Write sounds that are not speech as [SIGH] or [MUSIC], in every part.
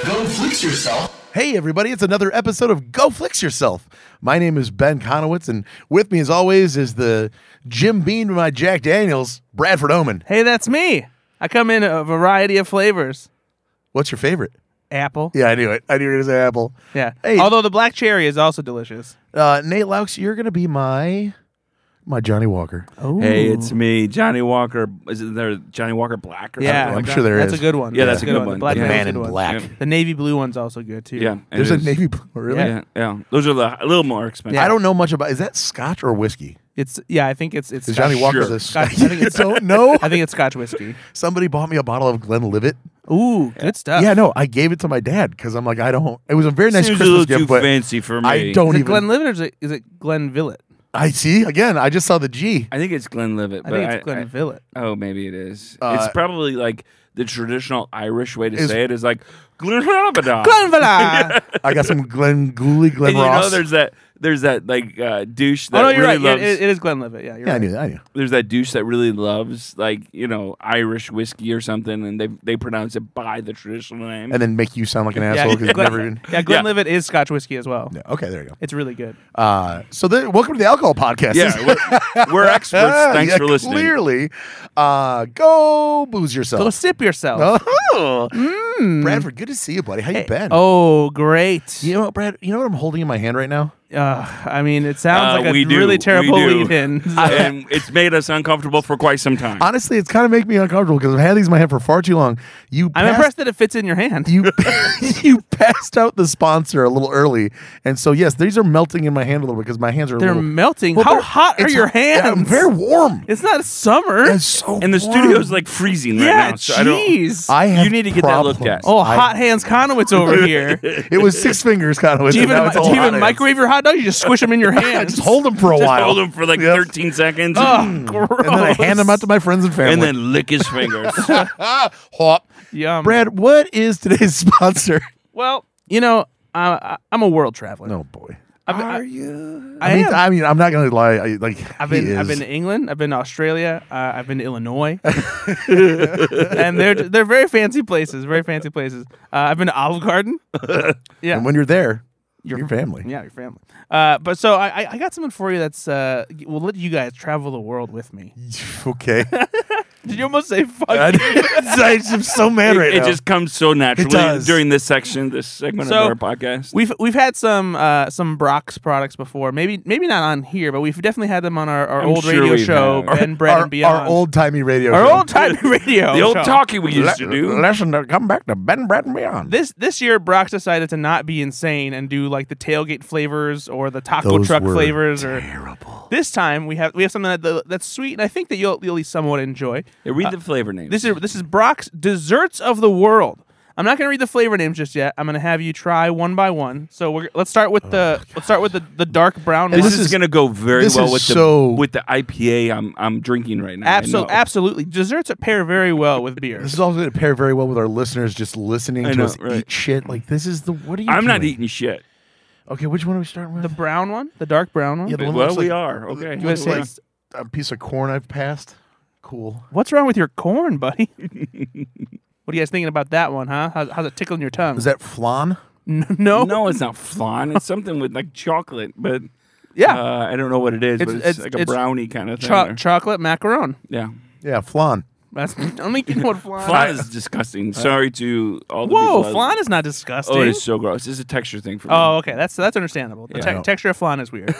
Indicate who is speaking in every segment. Speaker 1: Fix Yourself.
Speaker 2: Hey, everybody, it's another episode of Go Flix Yourself. My name is Ben Conowitz, and with me, as always, is the Jim Beam to my Jack Daniels, Bradford Oman.
Speaker 3: Hey, that's me. I come in a variety of flavors.
Speaker 2: What's your favorite?
Speaker 3: Apple.
Speaker 2: Yeah, I knew it. I knew it was apple.
Speaker 3: Yeah.
Speaker 2: Hey.
Speaker 3: Although the black cherry is also delicious.
Speaker 2: Uh, Nate Laux, you're going to be my my Johnny Walker.
Speaker 3: Oh.
Speaker 4: Hey, it's me, Johnny Walker. Is it there Johnny Walker Black or
Speaker 3: yeah.
Speaker 4: something like
Speaker 2: I'm sure there
Speaker 3: that's
Speaker 2: is.
Speaker 3: a good one.
Speaker 4: Yeah, that's a good one.
Speaker 3: The black
Speaker 4: Yeah.
Speaker 3: cherry's
Speaker 4: Man
Speaker 3: a good one. The navy blue one's also good too.
Speaker 4: that? Yeah. and
Speaker 2: There's a
Speaker 4: it's-
Speaker 2: navy blue. oh, Really?
Speaker 4: Yeah. yeah, Those are the a little more expensive.
Speaker 2: I don't know much about. Is that Scotch or whiskey?
Speaker 3: It's yeah. I think it's it's
Speaker 2: Is Johnny
Speaker 3: Scotch-
Speaker 2: Walker's
Speaker 4: Sure.
Speaker 2: a
Speaker 3: Scotch-
Speaker 2: Scotch?
Speaker 3: I
Speaker 2: [LAUGHS]
Speaker 3: think
Speaker 2: you
Speaker 3: it's-
Speaker 2: don't know.
Speaker 3: I think it's
Speaker 2: [LAUGHS]
Speaker 3: Scotch whiskey.
Speaker 2: Somebody bought me a bottle of Glenlivet.
Speaker 3: Ooh, good stuff.
Speaker 2: Yeah, no, I gave it to my dad because I'm like, I don't. It was a very nice
Speaker 4: Seems a
Speaker 2: Christmas
Speaker 4: little
Speaker 2: gift,
Speaker 4: too
Speaker 2: but
Speaker 4: fancy for me.
Speaker 2: I
Speaker 3: Is
Speaker 2: don't
Speaker 3: it
Speaker 2: even.
Speaker 3: Glenlivet or is it, is it Glen Villet?
Speaker 2: I see again. I just saw the G.
Speaker 4: I think it's Glenn
Speaker 3: I
Speaker 4: Livet. but
Speaker 3: think it's
Speaker 4: I-
Speaker 3: Glen Villet.
Speaker 2: [LAUGHS]
Speaker 4: I- oh, maybe it is.
Speaker 2: Uh,
Speaker 4: it's probably like the traditional Irish way to
Speaker 2: Is-
Speaker 4: say it is like Glenn Livet.
Speaker 3: Glen Villet.
Speaker 2: I got some Glen Gooley, Glen
Speaker 4: And you know,
Speaker 2: Ross.
Speaker 4: there's that there's that like uh, douche
Speaker 3: [LAUGHS]
Speaker 4: that
Speaker 3: Oh no, you're
Speaker 4: really
Speaker 3: right.
Speaker 4: loves.
Speaker 3: Yeah, it, it is Glen Livet. Yeah, you're
Speaker 2: yeah, I
Speaker 3: right.
Speaker 2: knew that. I knew.
Speaker 4: there's that douche that really loves like you know Irish whiskey or something, and they they pronounce it by the traditional name.
Speaker 2: And then make you sound like an asshole because
Speaker 3: yeah,
Speaker 2: you've
Speaker 3: Glen,
Speaker 2: never even.
Speaker 3: yeah, Glenlivet is Scotch whiskey as well.
Speaker 2: No, [LAUGHS] okay, there you go.
Speaker 3: It's really good.
Speaker 2: Uh, so the, welcome to the alcohol [LAUGHS] podcast. This
Speaker 4: yeah,
Speaker 2: is-
Speaker 4: we're, we're experts.
Speaker 2: Ah, [LAUGHS]
Speaker 4: Thanks
Speaker 2: yeah,
Speaker 4: for listening.
Speaker 2: Clearly, uh, go booze
Speaker 3: Go
Speaker 2: yourself.
Speaker 3: sip yourself.
Speaker 2: Oh. Bradford, good to see you, buddy. How you been?
Speaker 3: Oh, great.
Speaker 2: you know what, Brad? You know what I'm holding in my hand right now?
Speaker 3: Uh, I mean, it sounds
Speaker 4: Uh,
Speaker 3: like a
Speaker 4: we do.
Speaker 3: really terrible
Speaker 4: We do.
Speaker 3: lead in.
Speaker 4: [LAUGHS] and it's made us uncomfortable for quite some time.
Speaker 2: Honestly, it's kind of making me uncomfortable because I've had these in my hand for far too long. You,
Speaker 3: I'm
Speaker 2: passed-
Speaker 3: impressed that it fits in your hand.
Speaker 2: You, [LAUGHS] you passed out the sponsor a little early, and so yes, these are melting in my hand a little bit because my hands are. a
Speaker 3: They're
Speaker 2: little-
Speaker 3: melting.
Speaker 2: Well,
Speaker 3: How
Speaker 2: they're-
Speaker 3: hot are
Speaker 2: it's-
Speaker 3: your hands?
Speaker 2: Yeah, very warm.
Speaker 3: it's not summer.
Speaker 2: It's so
Speaker 4: and the
Speaker 2: warm.
Speaker 4: studio's like freezing right
Speaker 3: yeah,
Speaker 4: now. So I don't.
Speaker 3: jeez.
Speaker 2: I have
Speaker 4: you need to get that
Speaker 2: problems.
Speaker 4: looked at.
Speaker 3: oh,
Speaker 2: I-
Speaker 3: hot hands
Speaker 2: [LAUGHS]
Speaker 3: Conowitz over
Speaker 4: [LAUGHS]
Speaker 3: here. Do
Speaker 2: It was six fingers kind of.
Speaker 3: you even,
Speaker 2: now it's
Speaker 3: do
Speaker 2: all
Speaker 3: you
Speaker 2: hot
Speaker 3: even
Speaker 2: hands.
Speaker 3: microwave your hot dogs? You just squish them in your
Speaker 2: I [LAUGHS]
Speaker 3: hands.
Speaker 2: just hold them for a while.
Speaker 4: Hold him for like
Speaker 2: Yes.
Speaker 4: 13 seconds,
Speaker 3: Ugh,
Speaker 4: Mm.
Speaker 3: gross.
Speaker 2: and then I hand them out to my friends and family. [LAUGHS]
Speaker 4: and then lick his fingers.
Speaker 2: hop.
Speaker 3: Yum.
Speaker 2: Brad, what is today's [LAUGHS] sponsor?
Speaker 3: Well, you know, I, I, I'm a world traveler.
Speaker 2: No boy.
Speaker 3: I've, been- I,
Speaker 4: you?
Speaker 3: I
Speaker 2: I mean,
Speaker 3: am.
Speaker 2: I mean, I'm not gonna lie. I, like
Speaker 3: I've been
Speaker 2: he
Speaker 3: I've
Speaker 2: is.
Speaker 3: been to England. I've been to Australia. Uh, I've been
Speaker 2: [LAUGHS]
Speaker 3: to Illinois, and they're they're very fancy places. Very fancy places. Uh, I've been to Olive Garden. Yeah,
Speaker 2: And when you're there, your family.
Speaker 3: yeah, your family. Uh, but so I I- I got something for you that's uh will let you guys travel the world with me.
Speaker 2: Okay.
Speaker 3: Did you almost say
Speaker 2: [LAUGHS]
Speaker 3: fuck?
Speaker 2: I-
Speaker 3: you?
Speaker 2: I'm so mad
Speaker 4: It,
Speaker 2: right
Speaker 4: it
Speaker 2: now.
Speaker 4: just comes so naturally
Speaker 2: does.
Speaker 4: during this section, this segment
Speaker 3: So-
Speaker 4: of our
Speaker 3: [LAUGHS]
Speaker 4: podcast.
Speaker 3: We've we've had some uh, some Brock's products before. Maybe maybe not on here, but we've definitely had them on our, our
Speaker 4: I'm
Speaker 3: old
Speaker 4: sure
Speaker 3: radio
Speaker 4: we've
Speaker 3: show,
Speaker 4: had. Our-
Speaker 3: Ben, Brad,
Speaker 2: our,
Speaker 3: and Beyond.
Speaker 2: old timey radio.
Speaker 3: our old time [LAUGHS] radio.
Speaker 4: the old
Speaker 3: show.
Speaker 4: talkie we used to do.
Speaker 2: Lesson to come back to Ben, Brad, and Beyond.
Speaker 3: This this year, Brock decided to not be insane and do like the tailgate flavors or the taco
Speaker 2: Those
Speaker 3: truck
Speaker 2: were
Speaker 3: flavors. Or
Speaker 2: Terrible.
Speaker 3: this time we have we have something that, that's sweet, and I think that you'll you'll at least somewhat enjoy.
Speaker 4: Yeah, read the flavor name.
Speaker 3: This is this is Brock's desserts of the world. I'm not going to read the flavor names just yet. I'm going to have you try one by one. So we're, let's start with the let's start with the, the dark brown.
Speaker 2: And
Speaker 3: one.
Speaker 4: this, is, gonna go very
Speaker 2: this
Speaker 4: well
Speaker 2: is
Speaker 4: with
Speaker 2: so-
Speaker 4: the with the IPA I'm I'm drinking right now. I know.
Speaker 3: absolutely absolutely desserts that pair very well with beer.
Speaker 2: This is also going to pair very well with our listeners just listening
Speaker 4: I
Speaker 2: to
Speaker 4: know,
Speaker 2: us
Speaker 4: right.
Speaker 2: eat shit. Like this is the what are you?
Speaker 4: I'm not
Speaker 2: doing?
Speaker 4: eating shit.
Speaker 2: Okay, which one are we starting with?
Speaker 3: The brown one, the dark brown one.
Speaker 2: Yeah, the one that
Speaker 4: Well,
Speaker 2: looks
Speaker 4: we
Speaker 2: like-
Speaker 4: are okay.
Speaker 3: you wanna say
Speaker 2: like- a piece of corn I've passed. Cool.
Speaker 3: What's wrong with your corn, buddy? what are you guys thinking about that one, huh? How's, how's it tickling your tongue?
Speaker 2: Is that flan?
Speaker 3: [LAUGHS] no,
Speaker 4: No, it's not flan. It's something with like chocolate, but
Speaker 3: yeah,
Speaker 4: uh, I don't know what it is.
Speaker 3: It's-
Speaker 4: but it's,
Speaker 3: it's-
Speaker 4: like a
Speaker 3: it's
Speaker 4: brownie kind of thing.
Speaker 3: Cho-
Speaker 4: or-
Speaker 3: chocolate macaron.
Speaker 4: yeah,
Speaker 2: Yeah, flan.
Speaker 3: That's [LAUGHS] I don't think you know what flan.
Speaker 4: flan is disgusting. Sorry to all the
Speaker 3: Whoa,
Speaker 4: people that-
Speaker 3: flan is not disgusting.
Speaker 4: Oh, it is so gross. It's a texture thing for me. [LAUGHS]
Speaker 3: Oh, okay, that's that's understandable. The
Speaker 4: Yeah.
Speaker 3: te-
Speaker 2: No.
Speaker 3: texture of flan is
Speaker 4: [LAUGHS]
Speaker 3: weird.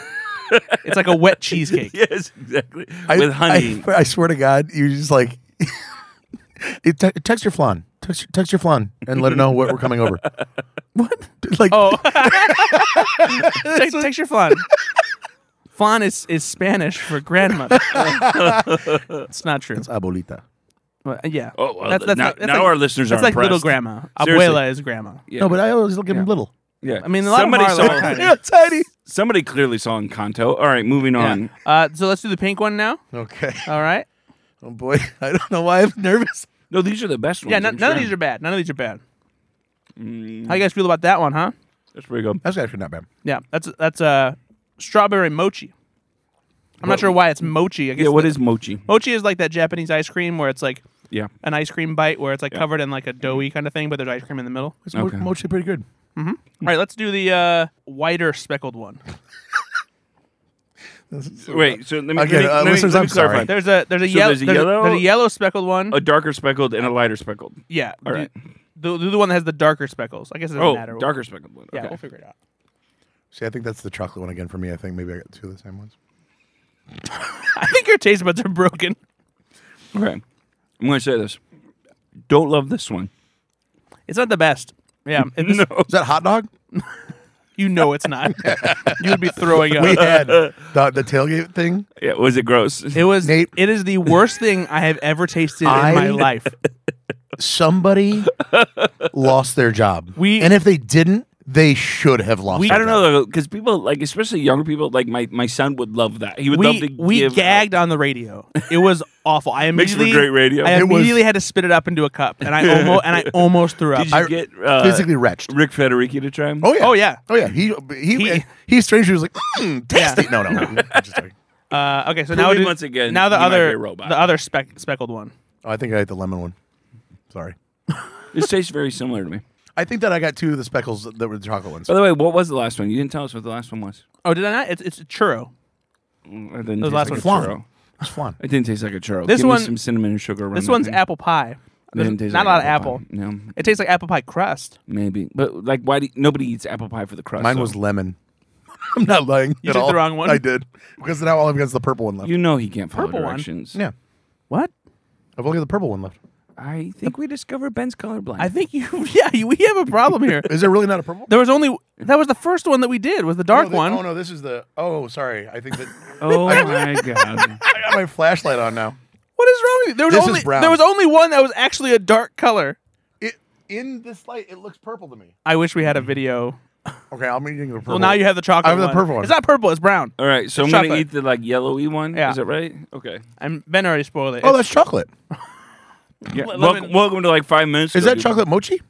Speaker 3: it's like a wet cheesecake.
Speaker 4: yes, exactly. With honey.
Speaker 2: I, I swear to God, you're just like, [LAUGHS] it te- text your flan. Text, text your flan and let her know what we're coming
Speaker 4: [LAUGHS]
Speaker 2: over. what? [LAUGHS] Like,
Speaker 3: Oh, Te- texture flan. Flan is, is Spanish for
Speaker 4: [LAUGHS]
Speaker 3: grandmother. it's not true.
Speaker 2: it's abuelita.
Speaker 3: Well, yeah.
Speaker 4: Oh, well, now- now
Speaker 3: like-
Speaker 4: our listeners
Speaker 3: That's
Speaker 4: are
Speaker 3: like little
Speaker 4: impressed.
Speaker 3: grandma.
Speaker 4: Seriously.
Speaker 3: Abuela is grandma.
Speaker 4: yeah.
Speaker 2: No, but I always look at him
Speaker 4: Yeah.
Speaker 2: little.
Speaker 4: yeah.
Speaker 3: I mean, a lot of them
Speaker 4: somebody
Speaker 3: are like
Speaker 4: saw
Speaker 3: tiny.
Speaker 2: Yeah, tiny.
Speaker 4: [LAUGHS] somebody clearly saw Encanto. All right, moving on.
Speaker 3: Uh, so let's do the pink one now.
Speaker 2: Okay.
Speaker 3: All right.
Speaker 2: Oh boy, [LAUGHS] I don't know why I'm nervous.
Speaker 4: No, these are the best ones.
Speaker 3: Yeah. None,
Speaker 4: I'm
Speaker 3: none of
Speaker 4: sure.
Speaker 3: these are bad. None of these are bad.
Speaker 4: Mm.
Speaker 3: How you guys feel about that one, huh?
Speaker 4: That's pretty good.
Speaker 2: That's actually not bad.
Speaker 3: Yeah. That's that's uh, strawberry mochi. I'm not sure why it's mochi. I guess
Speaker 4: Yeah, what
Speaker 3: the-
Speaker 4: is mochi?
Speaker 3: mochi? Is like that Japanese ice cream where it's like
Speaker 4: Yeah.
Speaker 3: an ice cream bite where it's like
Speaker 4: Yeah.
Speaker 3: covered in like a doughy kind of thing, but there's ice cream in the middle.
Speaker 2: It's
Speaker 4: Okay.
Speaker 2: mo- mostly pretty good.
Speaker 3: All right, let's do the uh, whiter speckled one.
Speaker 4: Wait. So let me
Speaker 2: Again,
Speaker 4: let me,
Speaker 2: uh,
Speaker 4: let me-
Speaker 2: listeners,
Speaker 4: let me
Speaker 2: I'm sorry.
Speaker 4: clarify.
Speaker 3: There's a there's a,
Speaker 4: So
Speaker 3: yellow,
Speaker 4: there's a
Speaker 3: there's,
Speaker 4: yellow-
Speaker 3: there's a yellow speckled one.
Speaker 4: A darker speckled and a lighter speckled.
Speaker 3: yeah,
Speaker 4: all right.
Speaker 3: The, the the one that has the darker speckles. I guess it doesn't
Speaker 4: Oh,
Speaker 3: matter.
Speaker 4: darker speckled one.
Speaker 3: Yeah,
Speaker 4: Okay.
Speaker 3: we'll figure it out.
Speaker 2: See, I think that's the chocolate one again for me. I think maybe I got two of the same ones.
Speaker 3: [LAUGHS] I think your taste buds are broken.
Speaker 4: Okay. I'm going to say this. Don't love this one. [LAUGHS]
Speaker 3: It's not the best. Yeah, it- this-
Speaker 2: Is that hot dog?
Speaker 3: you know it's
Speaker 4: [LAUGHS]
Speaker 3: not. you would be throwing up.
Speaker 2: We
Speaker 3: [LAUGHS]
Speaker 2: had the, the tailgate thing.
Speaker 4: Yeah, was it gross?
Speaker 3: It was.
Speaker 2: Nate.
Speaker 3: It is the worst thing I have ever tasted
Speaker 2: I-
Speaker 3: in my life. [LAUGHS]
Speaker 2: Somebody lost their job.
Speaker 3: We-
Speaker 2: and if they didn't, they should have lost.
Speaker 3: We-
Speaker 2: their
Speaker 4: [LAUGHS] I don't
Speaker 2: job.
Speaker 4: know though, because people like, especially younger people, like my, my son would love that. He would love to
Speaker 3: We we
Speaker 4: give
Speaker 3: gagged on the radio. It was [LAUGHS] awful. I
Speaker 4: Makes for
Speaker 3: immediately
Speaker 4: great radio.
Speaker 3: I
Speaker 4: It
Speaker 2: was-
Speaker 3: immediately had to spit it up into a cup, and
Speaker 4: [LAUGHS]
Speaker 3: I almost and I almost threw up.
Speaker 4: Did you
Speaker 2: I-
Speaker 4: get uh,
Speaker 2: Physically wretched.
Speaker 4: Rick Federici to try him?
Speaker 2: Oh yeah.
Speaker 3: Oh, yeah.
Speaker 2: Oh yeah. He he
Speaker 3: He-
Speaker 2: he, strangely was like, mm,
Speaker 3: Yeah.
Speaker 2: tasty. No,
Speaker 3: [LAUGHS]
Speaker 2: no. no. I'm just joking.
Speaker 3: Uh, okay, so
Speaker 4: Prove
Speaker 3: now
Speaker 4: it
Speaker 3: do-
Speaker 4: once again,
Speaker 3: Now the
Speaker 4: you might
Speaker 3: other
Speaker 4: be a robot.
Speaker 3: the other speck, speckled one.
Speaker 2: Oh, I think I ate the lemon one. Sorry.
Speaker 4: This tastes very similar to me.
Speaker 2: I think that I got two of the speckles that were the chocolate ones.
Speaker 4: By the way, what was the last one? You didn't tell us what the last one was.
Speaker 3: Oh, did I not? It's it's a churro.
Speaker 4: Mm, It didn't
Speaker 3: The
Speaker 4: taste
Speaker 3: last
Speaker 4: like
Speaker 2: one's
Speaker 4: a
Speaker 2: flan.
Speaker 4: churro.
Speaker 2: It's
Speaker 3: [LAUGHS]
Speaker 2: fun.
Speaker 4: It didn't taste like a churro.
Speaker 3: This
Speaker 4: Give
Speaker 3: one-
Speaker 4: me some cinnamon and sugar. around
Speaker 3: This
Speaker 4: that
Speaker 3: one's
Speaker 4: thing.
Speaker 3: apple pie.
Speaker 4: Mm-hmm. It didn't
Speaker 3: There's
Speaker 4: taste
Speaker 3: Not a
Speaker 4: like
Speaker 3: lot of apple.
Speaker 4: pie. No,
Speaker 3: It tastes like apple pie crust.
Speaker 4: maybe. But like, why do nobody eats apple pie for the crust?
Speaker 2: Mine
Speaker 4: though?
Speaker 2: was lemon. [LAUGHS] I'm not lying.
Speaker 3: You
Speaker 2: at
Speaker 3: took the
Speaker 2: all.
Speaker 3: wrong one.
Speaker 2: I did because now all I've got is the purple one left.
Speaker 4: You know he can't follow
Speaker 3: Purple one.
Speaker 4: directions.
Speaker 2: yeah,
Speaker 3: What?
Speaker 2: I've only got the purple one left.
Speaker 4: I think we discovered Ben's colorblind.
Speaker 3: I think you. [LAUGHS] Yeah, you, we have a problem here.
Speaker 2: Is there really not a purple?
Speaker 3: There was only that was the first one that we did was the dark
Speaker 2: No, thi-
Speaker 3: one.
Speaker 2: Oh no, this is the. Oh, sorry. I think that
Speaker 3: [LAUGHS]
Speaker 4: oh my god.
Speaker 2: I got my flashlight on now.
Speaker 3: What is wrong with you? There was
Speaker 2: This is
Speaker 3: only
Speaker 2: brown.
Speaker 3: there was only one that was actually a dark color.
Speaker 2: It in this light, it looks purple to me.
Speaker 3: I wish we had a video.
Speaker 2: Okay, I'm eating the purple.
Speaker 3: Well, now you have the chocolate.
Speaker 2: I have the
Speaker 3: one.
Speaker 2: purple one.
Speaker 3: It's not purple. It's brown.
Speaker 4: All right, so
Speaker 3: It's
Speaker 4: I'm gonna
Speaker 3: chocolate.
Speaker 4: eat the like yellowy one.
Speaker 3: Yeah.
Speaker 4: Is that right? Okay.
Speaker 3: And Ben already spoiled it.
Speaker 2: Oh,
Speaker 3: It's-
Speaker 2: that's chocolate.
Speaker 4: Yeah.
Speaker 3: Let- let
Speaker 4: Welcome,
Speaker 3: me-
Speaker 4: welcome to like five minutes.
Speaker 2: Is
Speaker 4: ago,
Speaker 2: that
Speaker 4: dude.
Speaker 2: chocolate mochi?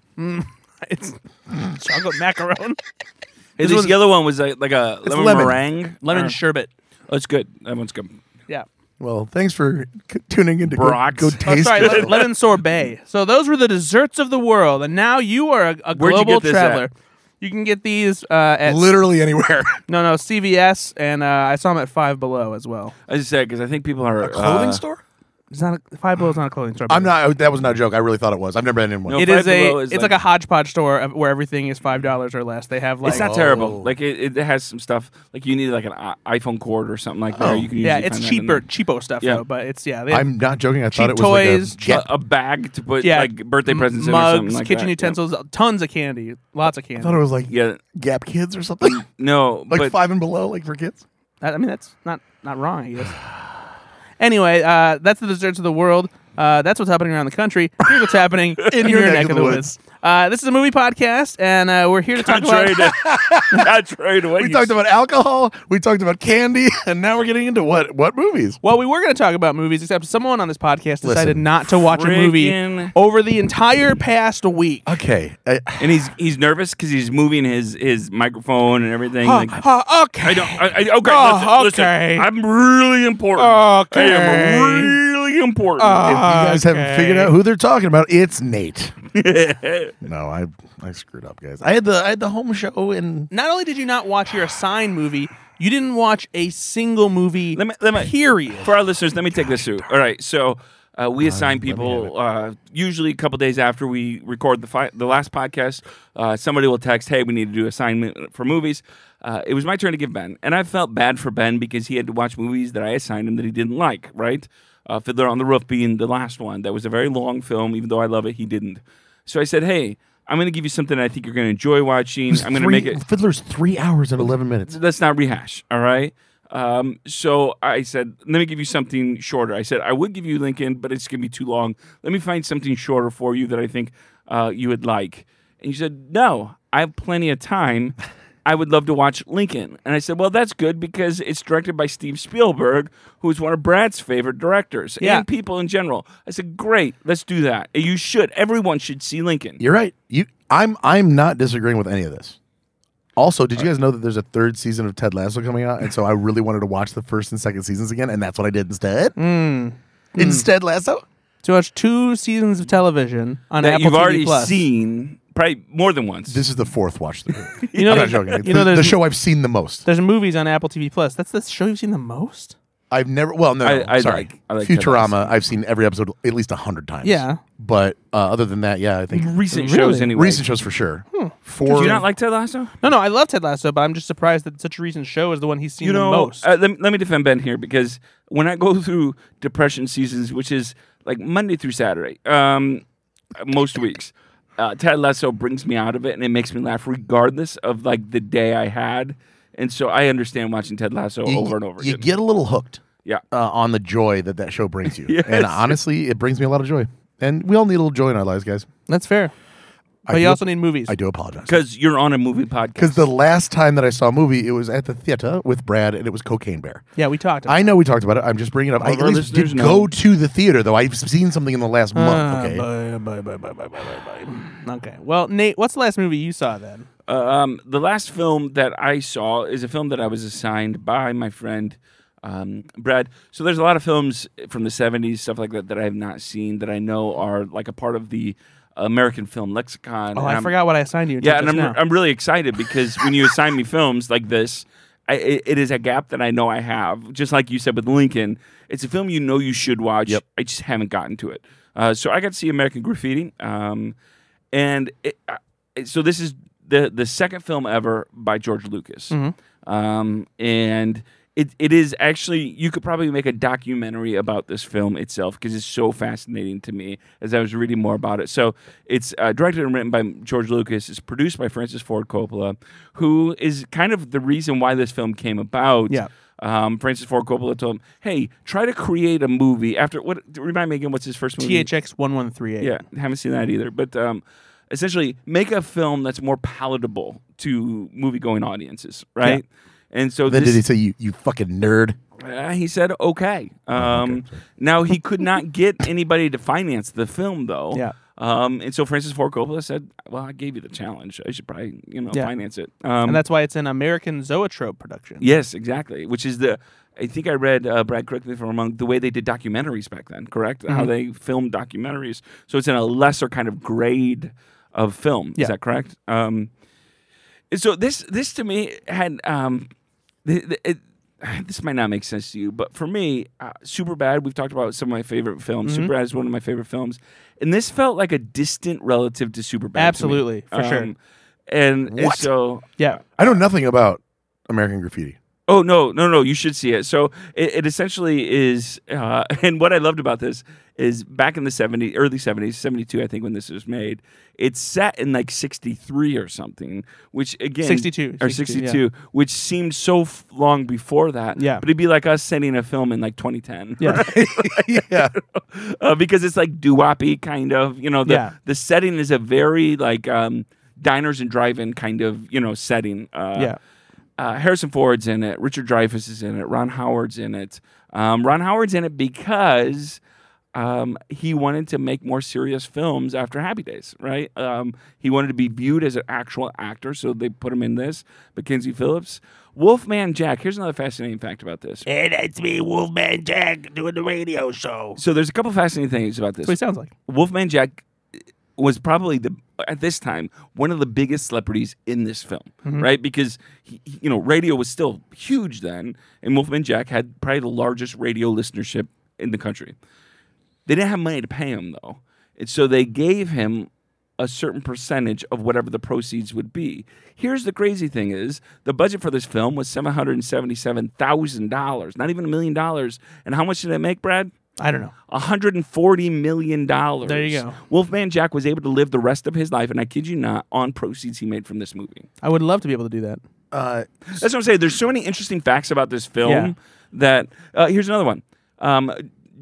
Speaker 3: it's [LAUGHS] chocolate macaron,
Speaker 4: Hey,
Speaker 3: This
Speaker 4: this,
Speaker 3: one's-
Speaker 4: yellow one was like, like a lemon,
Speaker 2: lemon.
Speaker 4: meringue,
Speaker 3: lemon
Speaker 4: Or-
Speaker 3: sherbet.
Speaker 4: Oh, it's good. That one's good.
Speaker 3: Yeah.
Speaker 2: Well, thanks for c- tuning in to go,
Speaker 4: Brock's.
Speaker 2: go
Speaker 4: Oh,
Speaker 3: Oh,
Speaker 2: taste.
Speaker 3: sorry,
Speaker 2: this.
Speaker 3: le- lemon sorbet. So those were the desserts of the world, and now you are a, a
Speaker 4: Where'd you
Speaker 3: global
Speaker 4: get this
Speaker 3: traveler.
Speaker 4: at?
Speaker 3: You can get these uh, at
Speaker 2: Literally anywhere.
Speaker 3: no, no CVS, and uh, I saw them at Five Below as well.
Speaker 4: I just said because I think people
Speaker 2: [LAUGHS]
Speaker 4: are
Speaker 2: Clothing
Speaker 4: uh,
Speaker 2: store?
Speaker 3: It's not a, Five Below is not a clothing store.
Speaker 2: I'm
Speaker 3: but
Speaker 2: not. That was not a joke. I really thought it was. I've never been in one.
Speaker 4: No.
Speaker 3: It
Speaker 4: Five
Speaker 3: is a.
Speaker 4: Below is
Speaker 3: it's like, a
Speaker 4: like-
Speaker 3: hodgepodge store of, where everything is five dollars or less. They have like
Speaker 4: It's not
Speaker 2: Oh.
Speaker 4: terrible. Like it, it has some stuff. Like you need like an i- iPhone cord or something like that. You can
Speaker 3: yeah,
Speaker 4: usually
Speaker 3: it's
Speaker 4: find that
Speaker 3: cheaper,
Speaker 4: in
Speaker 3: cheapo stuff
Speaker 4: Yeah.
Speaker 3: though. But it's yeah, they have
Speaker 2: I'm not joking. I
Speaker 3: Cheap
Speaker 2: thought it was
Speaker 3: toys,
Speaker 2: like a jet.
Speaker 4: there. A, a bag to put
Speaker 3: yeah
Speaker 4: like birthday
Speaker 3: m- mugs,
Speaker 4: presents in or something like
Speaker 3: kitchen
Speaker 4: that.
Speaker 3: utensils, tons of candy, lots of candy.
Speaker 2: I thought it was like
Speaker 4: Yeah. Yeah.
Speaker 2: Gap Kids or something,
Speaker 4: No,
Speaker 2: like
Speaker 4: but [LAUGHS]
Speaker 2: five and below, like for kids.
Speaker 3: I I mean, that's not not wrong, I guess. anyway, uh, that's the desserts of the world. Uh, that's what's happening around the country. Here's what's [LAUGHS] happening in, your, neck, of the woods. Uh, this is a movie podcast, and uh, we're here to talk about.
Speaker 4: contrary to [LAUGHS] contrary to what
Speaker 2: We
Speaker 4: you
Speaker 2: talked
Speaker 4: said.
Speaker 2: about alcohol. We talked about candy, [LAUGHS] and now we're getting into what what movies?
Speaker 3: [LAUGHS] Well, we were going to talk about movies, except someone on this podcast decided
Speaker 2: Listen,
Speaker 3: not to watch a movie
Speaker 4: freaking-
Speaker 3: over the entire past week.
Speaker 2: Okay, I,
Speaker 4: and he's he's nervous because he's moving his his microphone and everything.
Speaker 3: Huh,
Speaker 4: like,
Speaker 3: huh, okay.
Speaker 4: Oh I don't. I, I, okay,
Speaker 3: Oh,
Speaker 4: listen,
Speaker 3: okay.
Speaker 4: listen. I'm really important. I
Speaker 3: Okay. Oh,
Speaker 4: am really important.
Speaker 2: if you guys haven't
Speaker 3: Okay.
Speaker 2: figured out who they're talking about, it's Nate. [LAUGHS] no, I I screwed up, guys. I had the I had the home show and
Speaker 3: not only did you not watch your assigned movie, you didn't watch a single movie.
Speaker 4: Let me- let me-
Speaker 3: period.
Speaker 4: For our listeners, let me take this through. All right, so. Uh, we assign people uh, usually a couple days after we record the fi- the last podcast. Uh, somebody will text, "Hey, we need to do assignment for movies." Uh, it was my turn to give Ben, and I felt bad for Ben because he had to watch movies that I assigned him that he didn't like. Right, uh, Fiddler on the Roof being the last one. That was a very long film, even though I love it. He didn't, so I said, "Hey, I'm going to give you something I think you're going to enjoy watching. I'm going to
Speaker 2: three-
Speaker 4: make it
Speaker 2: Fiddler's three hours and eleven minutes.
Speaker 4: let's not rehash. All right. Um, so I said, let me give you something shorter. I said, I would give you Lincoln, but it's going to be too long. Let me find something shorter for you that I think uh, you would like. And you said, no, I have plenty of time. I would love to watch Lincoln. And I said, well, that's good because it's directed by Steve Spielberg, who is one of Brad's favorite directors
Speaker 3: Yeah.
Speaker 4: and people in general. I said, great, let's do that. And You should. Everyone should see Lincoln.
Speaker 2: You're right. You, I'm I'm not disagreeing with any of this. Also, did you guys know that there's a third season of Ted Lasso coming out? And so I really wanted to watch the first and second seasons again, and that's what I did instead. Instead, Lasso.
Speaker 3: to watch two seasons of television on
Speaker 4: that
Speaker 3: Apple
Speaker 4: you've
Speaker 3: TV
Speaker 4: already
Speaker 3: Plus.
Speaker 4: seen probably more than once.
Speaker 2: This is the fourth watch through.
Speaker 3: You know,
Speaker 2: I'm not
Speaker 3: there's-
Speaker 2: joking. It's
Speaker 3: You know,
Speaker 2: the,
Speaker 3: there's,
Speaker 2: the show I've seen the most.
Speaker 3: there's movies on Apple TV Plus. That's the show you've seen the most.
Speaker 2: I've never. Well, no,
Speaker 4: I- I
Speaker 2: sorry.
Speaker 4: like- I like
Speaker 2: Futurama. I've seen every episode at least a hundred times.
Speaker 3: Yeah.
Speaker 2: but uh, other than that, yeah, I think
Speaker 4: recent
Speaker 3: Really?
Speaker 4: shows anyway.
Speaker 2: recent shows for sure.
Speaker 3: Hmm.
Speaker 2: Four.
Speaker 4: Do you not like Ted Lasso?
Speaker 3: No, no, I love Ted Lasso, but I'm just surprised that such a recent show is the one he's seen
Speaker 4: you know,
Speaker 3: the most.
Speaker 4: Uh, let, me- let me defend Ben here because when I go through depression seasons, which is like Monday through Saturday, um, most weeks, uh, Ted Lasso brings me out of it and it makes me laugh regardless of like the day I had. And so I understand watching Ted Lasso
Speaker 2: you,
Speaker 4: over and over
Speaker 2: You
Speaker 4: again.
Speaker 2: get a little hooked
Speaker 4: yeah.
Speaker 2: uh, on the joy that that show brings you,
Speaker 4: [LAUGHS] Yes.
Speaker 2: and honestly, it brings me a lot of joy. And we all need a little joy in our lives, guys.
Speaker 3: That's fair. But
Speaker 2: I
Speaker 3: you
Speaker 2: do-
Speaker 3: also need movies.
Speaker 2: I do apologize
Speaker 4: Because you're on a movie podcast.
Speaker 2: because the last time that I saw a movie, it was at the theater with Brad, and it was Cocaine Bear.
Speaker 3: Yeah, we talked. About
Speaker 2: I know we talked about it. I'm just bringing it up. I
Speaker 4: All
Speaker 2: at
Speaker 4: of our
Speaker 2: least did
Speaker 4: listeners know.
Speaker 2: go to the theater, though. I've seen something in the last
Speaker 3: Ah,
Speaker 2: month. Okay,
Speaker 3: Bye, bye, bye, bye, bye, bye, bye. Okay. Well, Nate, what's the last movie you saw then?
Speaker 4: Um, the last film that I saw is a film that I was assigned by my friend um, Brad. So there's a lot of films from the 70s, stuff like that, that I have not seen that I know are like a part of the American film lexicon.
Speaker 3: Oh,
Speaker 4: And
Speaker 3: I
Speaker 4: I'm-
Speaker 3: forgot what I assigned you.
Speaker 4: Yeah,
Speaker 3: until
Speaker 4: and I'm,
Speaker 3: just now.
Speaker 4: I'm really excited because when you assign me films like this, I, it, it is a gap that I know I have. Just like you said with Lincoln, it's a film you know you should watch. I just haven't gotten to it. Uh, so I got to see American Graffiti, um, and it, I, it- so this is the the second film ever by George Lucas, um, and. It, it is actually you could probably make a documentary about this film itself because it's so fascinating to me as I was reading more about it. So it's uh, directed and written by George Lucas. It's produced by Francis Ford Coppola, who is kind of the reason why this film came about.
Speaker 3: Yeah.
Speaker 4: Um, Francis Ford Coppola told him, "Hey, try to create a movie after what? Remind me again, what's his first movie?
Speaker 3: THX one one three eight.
Speaker 4: Yeah, haven't seen that either. But um, essentially, make a film that's more palatable to movie-going audiences, right? And so
Speaker 2: then
Speaker 4: this,
Speaker 2: did he say you, you fucking nerd?
Speaker 4: uh, he said, okay. Um, Now, he could not get anybody to finance the film, though.
Speaker 3: Yeah.
Speaker 4: Um, and so Francis Ford Coppola said, well, I gave you the challenge. I should probably, you know,
Speaker 3: Yeah.
Speaker 4: finance it. Um,
Speaker 3: And that's why it's an American Zoetrope production.
Speaker 4: yes, exactly. Which is the, I think I read, uh, Brad, correct me if I'm wrong, the way they did documentaries back then, correct?
Speaker 3: Mm-hmm.
Speaker 4: How they filmed documentaries. So it's in a lesser kind of grade of film.
Speaker 3: Yeah.
Speaker 4: Is that correct? Um, and so this this to me had um, th- th- it, [SIGHS] this might not make sense to you, but for me, uh, Superbad. We've talked about some of my favorite films.
Speaker 3: Mm-hmm.
Speaker 4: Superbad is one of my favorite films, and this felt like a distant relative to Superbad. to me. Um,
Speaker 3: Absolutely, for sure.
Speaker 4: And, and
Speaker 2: What?
Speaker 4: so
Speaker 3: Yeah.
Speaker 2: I know nothing about American Graffiti.
Speaker 4: Oh no, no, no! You should see it. So it, it essentially is, uh, [LAUGHS] and what I loved about this is back in the 70s, early seventies, seventy two, I think, when this was made. It's set in like sixty three or something, which again,
Speaker 3: 62,
Speaker 4: or
Speaker 3: 62,
Speaker 4: sixty
Speaker 3: yeah.
Speaker 4: two, which seemed so f- long before that.
Speaker 3: Yeah.
Speaker 4: but it'd be like us sending a film in like twenty ten. [LAUGHS]
Speaker 3: Yeah.
Speaker 2: [LAUGHS] yeah,
Speaker 4: uh, because it's like doo-woppy kind of you know the,
Speaker 3: Yeah.
Speaker 4: the setting is a very like um, diners and drive-in kind of you know setting uh,
Speaker 3: Yeah.
Speaker 4: uh, harrison ford's in it richard dreyfuss is in it ron howard's in it um, ron howard's in it because um, he wanted to make more serious films after Happy Days, right? Um, he wanted to be viewed as an actual actor, so they put him in this. Mackenzie Phillips, Wolfman Jack. Here's another fascinating fact about this.
Speaker 1: And it's me, Wolfman Jack, doing the radio show.
Speaker 4: So there's a couple fascinating things about this.
Speaker 3: That's what he sounds like.
Speaker 4: Wolfman Jack was probably the at this time one of the biggest celebrities in this film, right? Because he, he- you know radio was still huge then, and Wolfman Jack had probably the largest radio listenership in the country. They didn't have money to pay him though, and so they gave him a certain percentage of whatever the proceeds would be. Here's the crazy thing is the budget for this film was seven hundred and seventy seven thousand dollars, not even a million dollars. And how much did it make, Brad?
Speaker 3: I don't know.
Speaker 4: 140 million dollars.
Speaker 3: There you go.
Speaker 4: Wolfman Jack was able to live the rest of his life, and I kid you not, on proceeds he made from this movie.
Speaker 3: I would love to be able to do that.
Speaker 2: uh,
Speaker 4: That's what I'm saying. There's so many interesting facts about this film
Speaker 3: Yeah.
Speaker 4: that uh, here's another one. Um,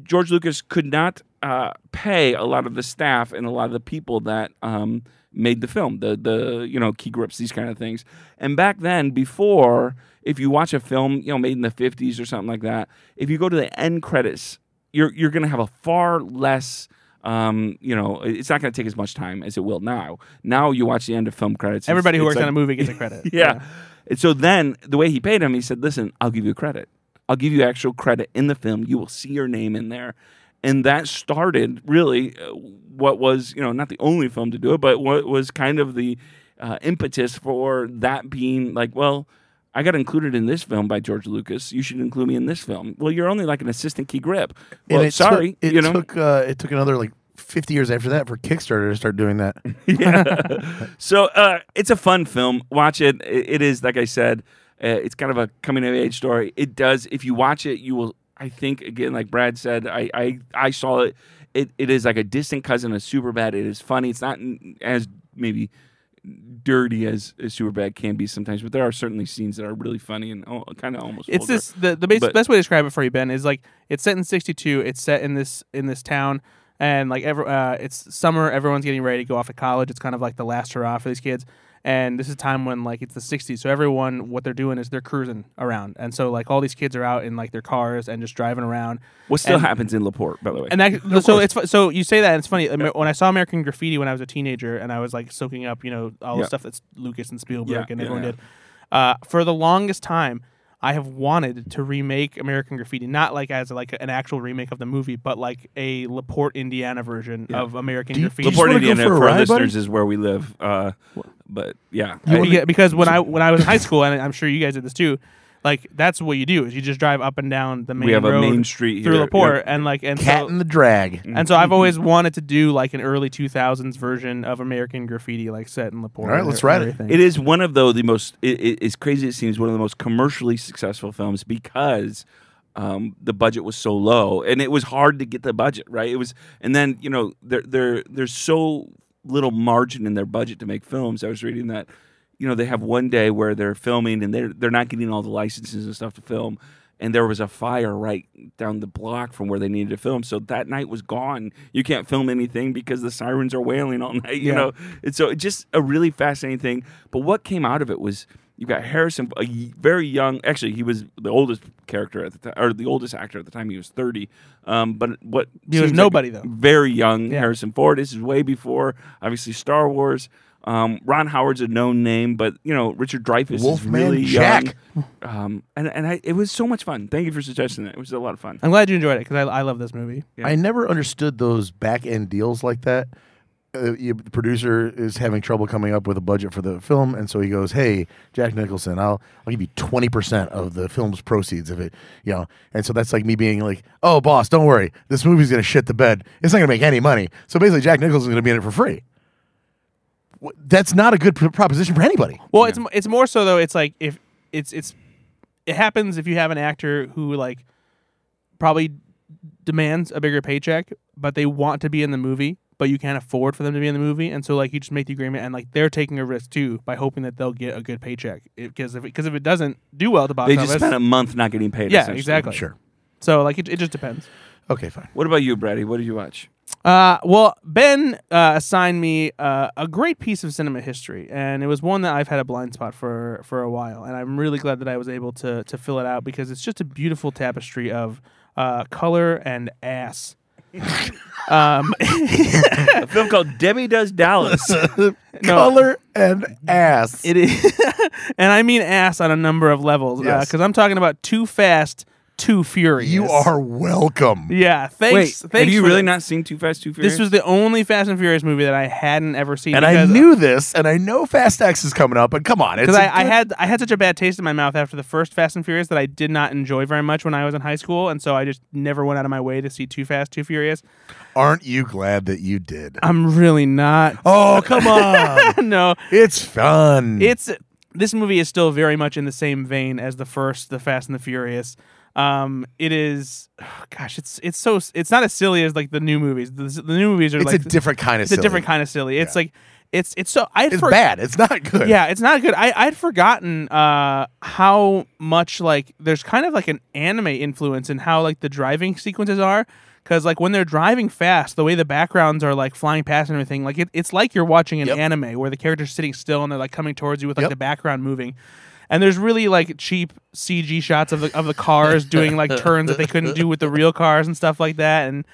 Speaker 4: George Lucas could not uh, pay a lot of the staff and a lot of the people that um, made the film, the the you know key grips, these kind of things. And back then, before, if you watch a film, you know, made in the 50s or something like that, if you go to the end credits, you're you're going to have a far less. Um, you know, it's not going to take as much time as it will now. Now you watch the end of film credits. it's-
Speaker 3: Everybody who
Speaker 4: it's
Speaker 3: works
Speaker 4: like-
Speaker 3: on a movie
Speaker 4: [LAUGHS]
Speaker 3: gets a credit.
Speaker 4: yeah. And so then the way he paid him, he said, "Listen, I'll give you credit. I'll give you actual credit in the film. You will see your name in there." and that started really uh, what was you know not the only film to do it, but what was kind of the uh, impetus for that being like well. I got included in this film by George Lucas. You should include me in this film. Well, you're only like an assistant key grip.
Speaker 2: And
Speaker 4: Well,
Speaker 2: it
Speaker 4: sorry,
Speaker 2: took, it
Speaker 4: you know.
Speaker 2: took uh, it took another like 50 years after that for Kickstarter to start doing
Speaker 4: [LAUGHS]
Speaker 2: that.
Speaker 4: yeah. [LAUGHS] so uh, it's a fun film. Watch it. I- It is like I said. Uh, it's kind of a coming of age story. It does. If you watch it, you will. I think again, like Brad said, I I, I saw it. It it is like a distant cousin of Superbad. It is funny. It's not n- as maybe dirty as, as Superbad can be sometimes, but there are certainly scenes that are really funny and oh, kind of almost.
Speaker 3: It's
Speaker 4: vulgar.
Speaker 3: this the the base,
Speaker 4: But-
Speaker 3: best way to describe it for you, Ben, is like it's set in '62. It's set in this in this town, and like every uh, it's summer. Everyone's getting ready to go off to college. It's kind of like the last hurrah for these kids. And this is a time when like it's the '60s, so everyone what they're doing is they're cruising around, and so like all these kids are out in like their cars and just driving around.
Speaker 4: What still
Speaker 3: and-
Speaker 4: happens in Laporte, by the way.
Speaker 3: And that, so it's fu- so you say that and it's funny. Amer- When I saw American Graffiti when I was a teenager, and I was like soaking up, you know, all
Speaker 4: Yeah.
Speaker 3: the stuff that's Lucas and Spielberg
Speaker 4: Yeah,
Speaker 3: and
Speaker 4: yeah,
Speaker 3: everyone
Speaker 4: yeah.
Speaker 3: did. Uh, for the longest time, I have wanted to remake American Graffiti, not like as like an actual remake of the movie, but like a Laporte, Indiana version of American
Speaker 2: Do you-
Speaker 3: Graffiti.
Speaker 2: just
Speaker 3: [LAUGHS]
Speaker 4: Laporte,
Speaker 2: wanna go
Speaker 4: Indiana,
Speaker 2: for a
Speaker 4: for, our
Speaker 2: ride,
Speaker 4: listeners,
Speaker 2: buddy?
Speaker 4: is where we live. Uh, but yeah,
Speaker 3: You
Speaker 4: I-
Speaker 3: wanna get- because
Speaker 4: [LAUGHS]
Speaker 3: when I when I was in high school, and I'm sure you guys did this too, like that's what you do is you just drive up and down the main
Speaker 4: have a
Speaker 3: road
Speaker 4: main street
Speaker 3: through
Speaker 4: here.
Speaker 3: Laporte, and like and
Speaker 2: Cat
Speaker 3: so,
Speaker 2: and the Drag.
Speaker 3: And so I've always wanted to do like an early 2000s version of American Graffiti, like set in Laporte.
Speaker 2: All right,
Speaker 3: and
Speaker 2: let's write it.
Speaker 3: everything.
Speaker 4: It is one of though the most i i as crazy as it seems one of the most commercially successful films because um, the budget was so low and it was hard to get the budget right. It was and then you know there there there's so little margin in their budget to make films. I was reading that you know they have one day where they're filming and they're they're not getting all the licenses and stuff to film. And there was a fire right down the block from where they needed to film, so that night was gone. You can't film anything because the sirens are wailing all [LAUGHS] night. You
Speaker 3: Yeah.
Speaker 4: know, and so it's just a really fascinating thing. But what came out of it was you got Harrison, a y- very young. Actually, he was the oldest character at the time, or the oldest actor at the time. He was thirty. Um, but what
Speaker 3: He was
Speaker 4: seems like
Speaker 3: nobody, though.
Speaker 4: Very young Harrison Ford. This is way before obviously Star Wars. Um, Ron Howard's a known name, but you know Richard Dreyfuss is
Speaker 2: Wolfman
Speaker 4: really
Speaker 2: Jack.
Speaker 4: young. Um, and and I, it was so much fun. Thank you for suggesting that. It was a lot of fun.
Speaker 3: I'm glad you enjoyed it because I, I love this movie.
Speaker 4: Yeah.
Speaker 2: I never understood those back end deals like that. Uh, you, the producer is having trouble coming up with a budget for the film, and so he goes, "Hey, Jack Nicholson, I'll I'll give you twenty percent of the film's proceeds of it." You know, and so that's like me being like, "Oh, boss, don't worry, this movie's gonna shit the bed. It's not gonna make any money." So basically, Jack Nicholson's gonna be in it for free. Wh- That's not a good pr- proposition for anybody.
Speaker 3: Well, it's it's more so though. It's like if it's it's it happens if you have an actor who like probably demands a bigger paycheck, but they want to be in the movie, but you can't afford for them to be in the movie, and so like you just make the agreement, and like they're taking a risk too by hoping that they'll get a good paycheck because if because if it doesn't do well at the box
Speaker 4: They
Speaker 3: office,
Speaker 4: just spent a month not getting paid.
Speaker 3: yeah,
Speaker 4: essentially.
Speaker 3: exactly.
Speaker 2: Sure.
Speaker 3: So like it, it just depends.
Speaker 2: Okay,
Speaker 3: [LAUGHS]
Speaker 2: fine.
Speaker 4: What about you, Brady? What did you watch?
Speaker 3: Uh, well, Ben uh, assigned me uh, a great piece of cinema history, and it was one that I've had a blind spot for for a while, and I'm really glad that I was able to to fill it out because it's just a beautiful tapestry of uh, color and
Speaker 4: [LAUGHS]
Speaker 3: ass. um,
Speaker 4: A film called Debbie Does Dallas.
Speaker 3: No.
Speaker 2: Color and ass.
Speaker 3: it is, [LAUGHS] and I mean ass on a number of levels
Speaker 2: Yes.
Speaker 3: because I'm talking about too fast, too furious.
Speaker 2: you are welcome.
Speaker 3: yeah. Thanks.
Speaker 4: Wait,
Speaker 3: thanks
Speaker 4: have you
Speaker 3: for
Speaker 4: really
Speaker 3: that.
Speaker 4: not seen Too Fast, Too Furious?
Speaker 3: This was the only Fast and Furious movie that I hadn't ever seen,
Speaker 2: And I
Speaker 3: because-
Speaker 2: knew this, and I know Fast X is coming up, but come on, it's
Speaker 3: because
Speaker 2: a
Speaker 3: I, I
Speaker 2: good-
Speaker 3: had I had such a bad taste in my mouth after the first Fast and Furious that I did not enjoy very much when I was in high school, and so I just never went out of my way to see Too Fast, Too Furious.
Speaker 2: Aren't you glad that you did?
Speaker 3: I'm really not. [LAUGHS]
Speaker 2: Oh, come on.
Speaker 3: no,
Speaker 2: it's fun.
Speaker 3: it's this movie is still very much in the same vein as the first, the Fast and the Furious. Um, it is, [SIGHS] gosh, it's it's so it's not as silly as like the new movies. The, the new movies are
Speaker 2: It's
Speaker 3: like
Speaker 2: a different kind of
Speaker 3: it's a different kind of silly. It's like it's it's so I
Speaker 2: It's bad. It's not good.
Speaker 3: Yeah, it's not good. I I'd forgotten uh, how much like there's kind of like an anime influence in how like the driving sequences are. Cause like when they're driving fast, the way the backgrounds are like flying past and everything, like it, it's like you're watching an
Speaker 2: Yep.
Speaker 3: anime where the character's sitting still and they're like coming towards you with like
Speaker 2: Yep.
Speaker 3: the background moving. And there's really like cheap CG shots of the of the cars doing like turns that they couldn't do with the real cars and stuff like that. And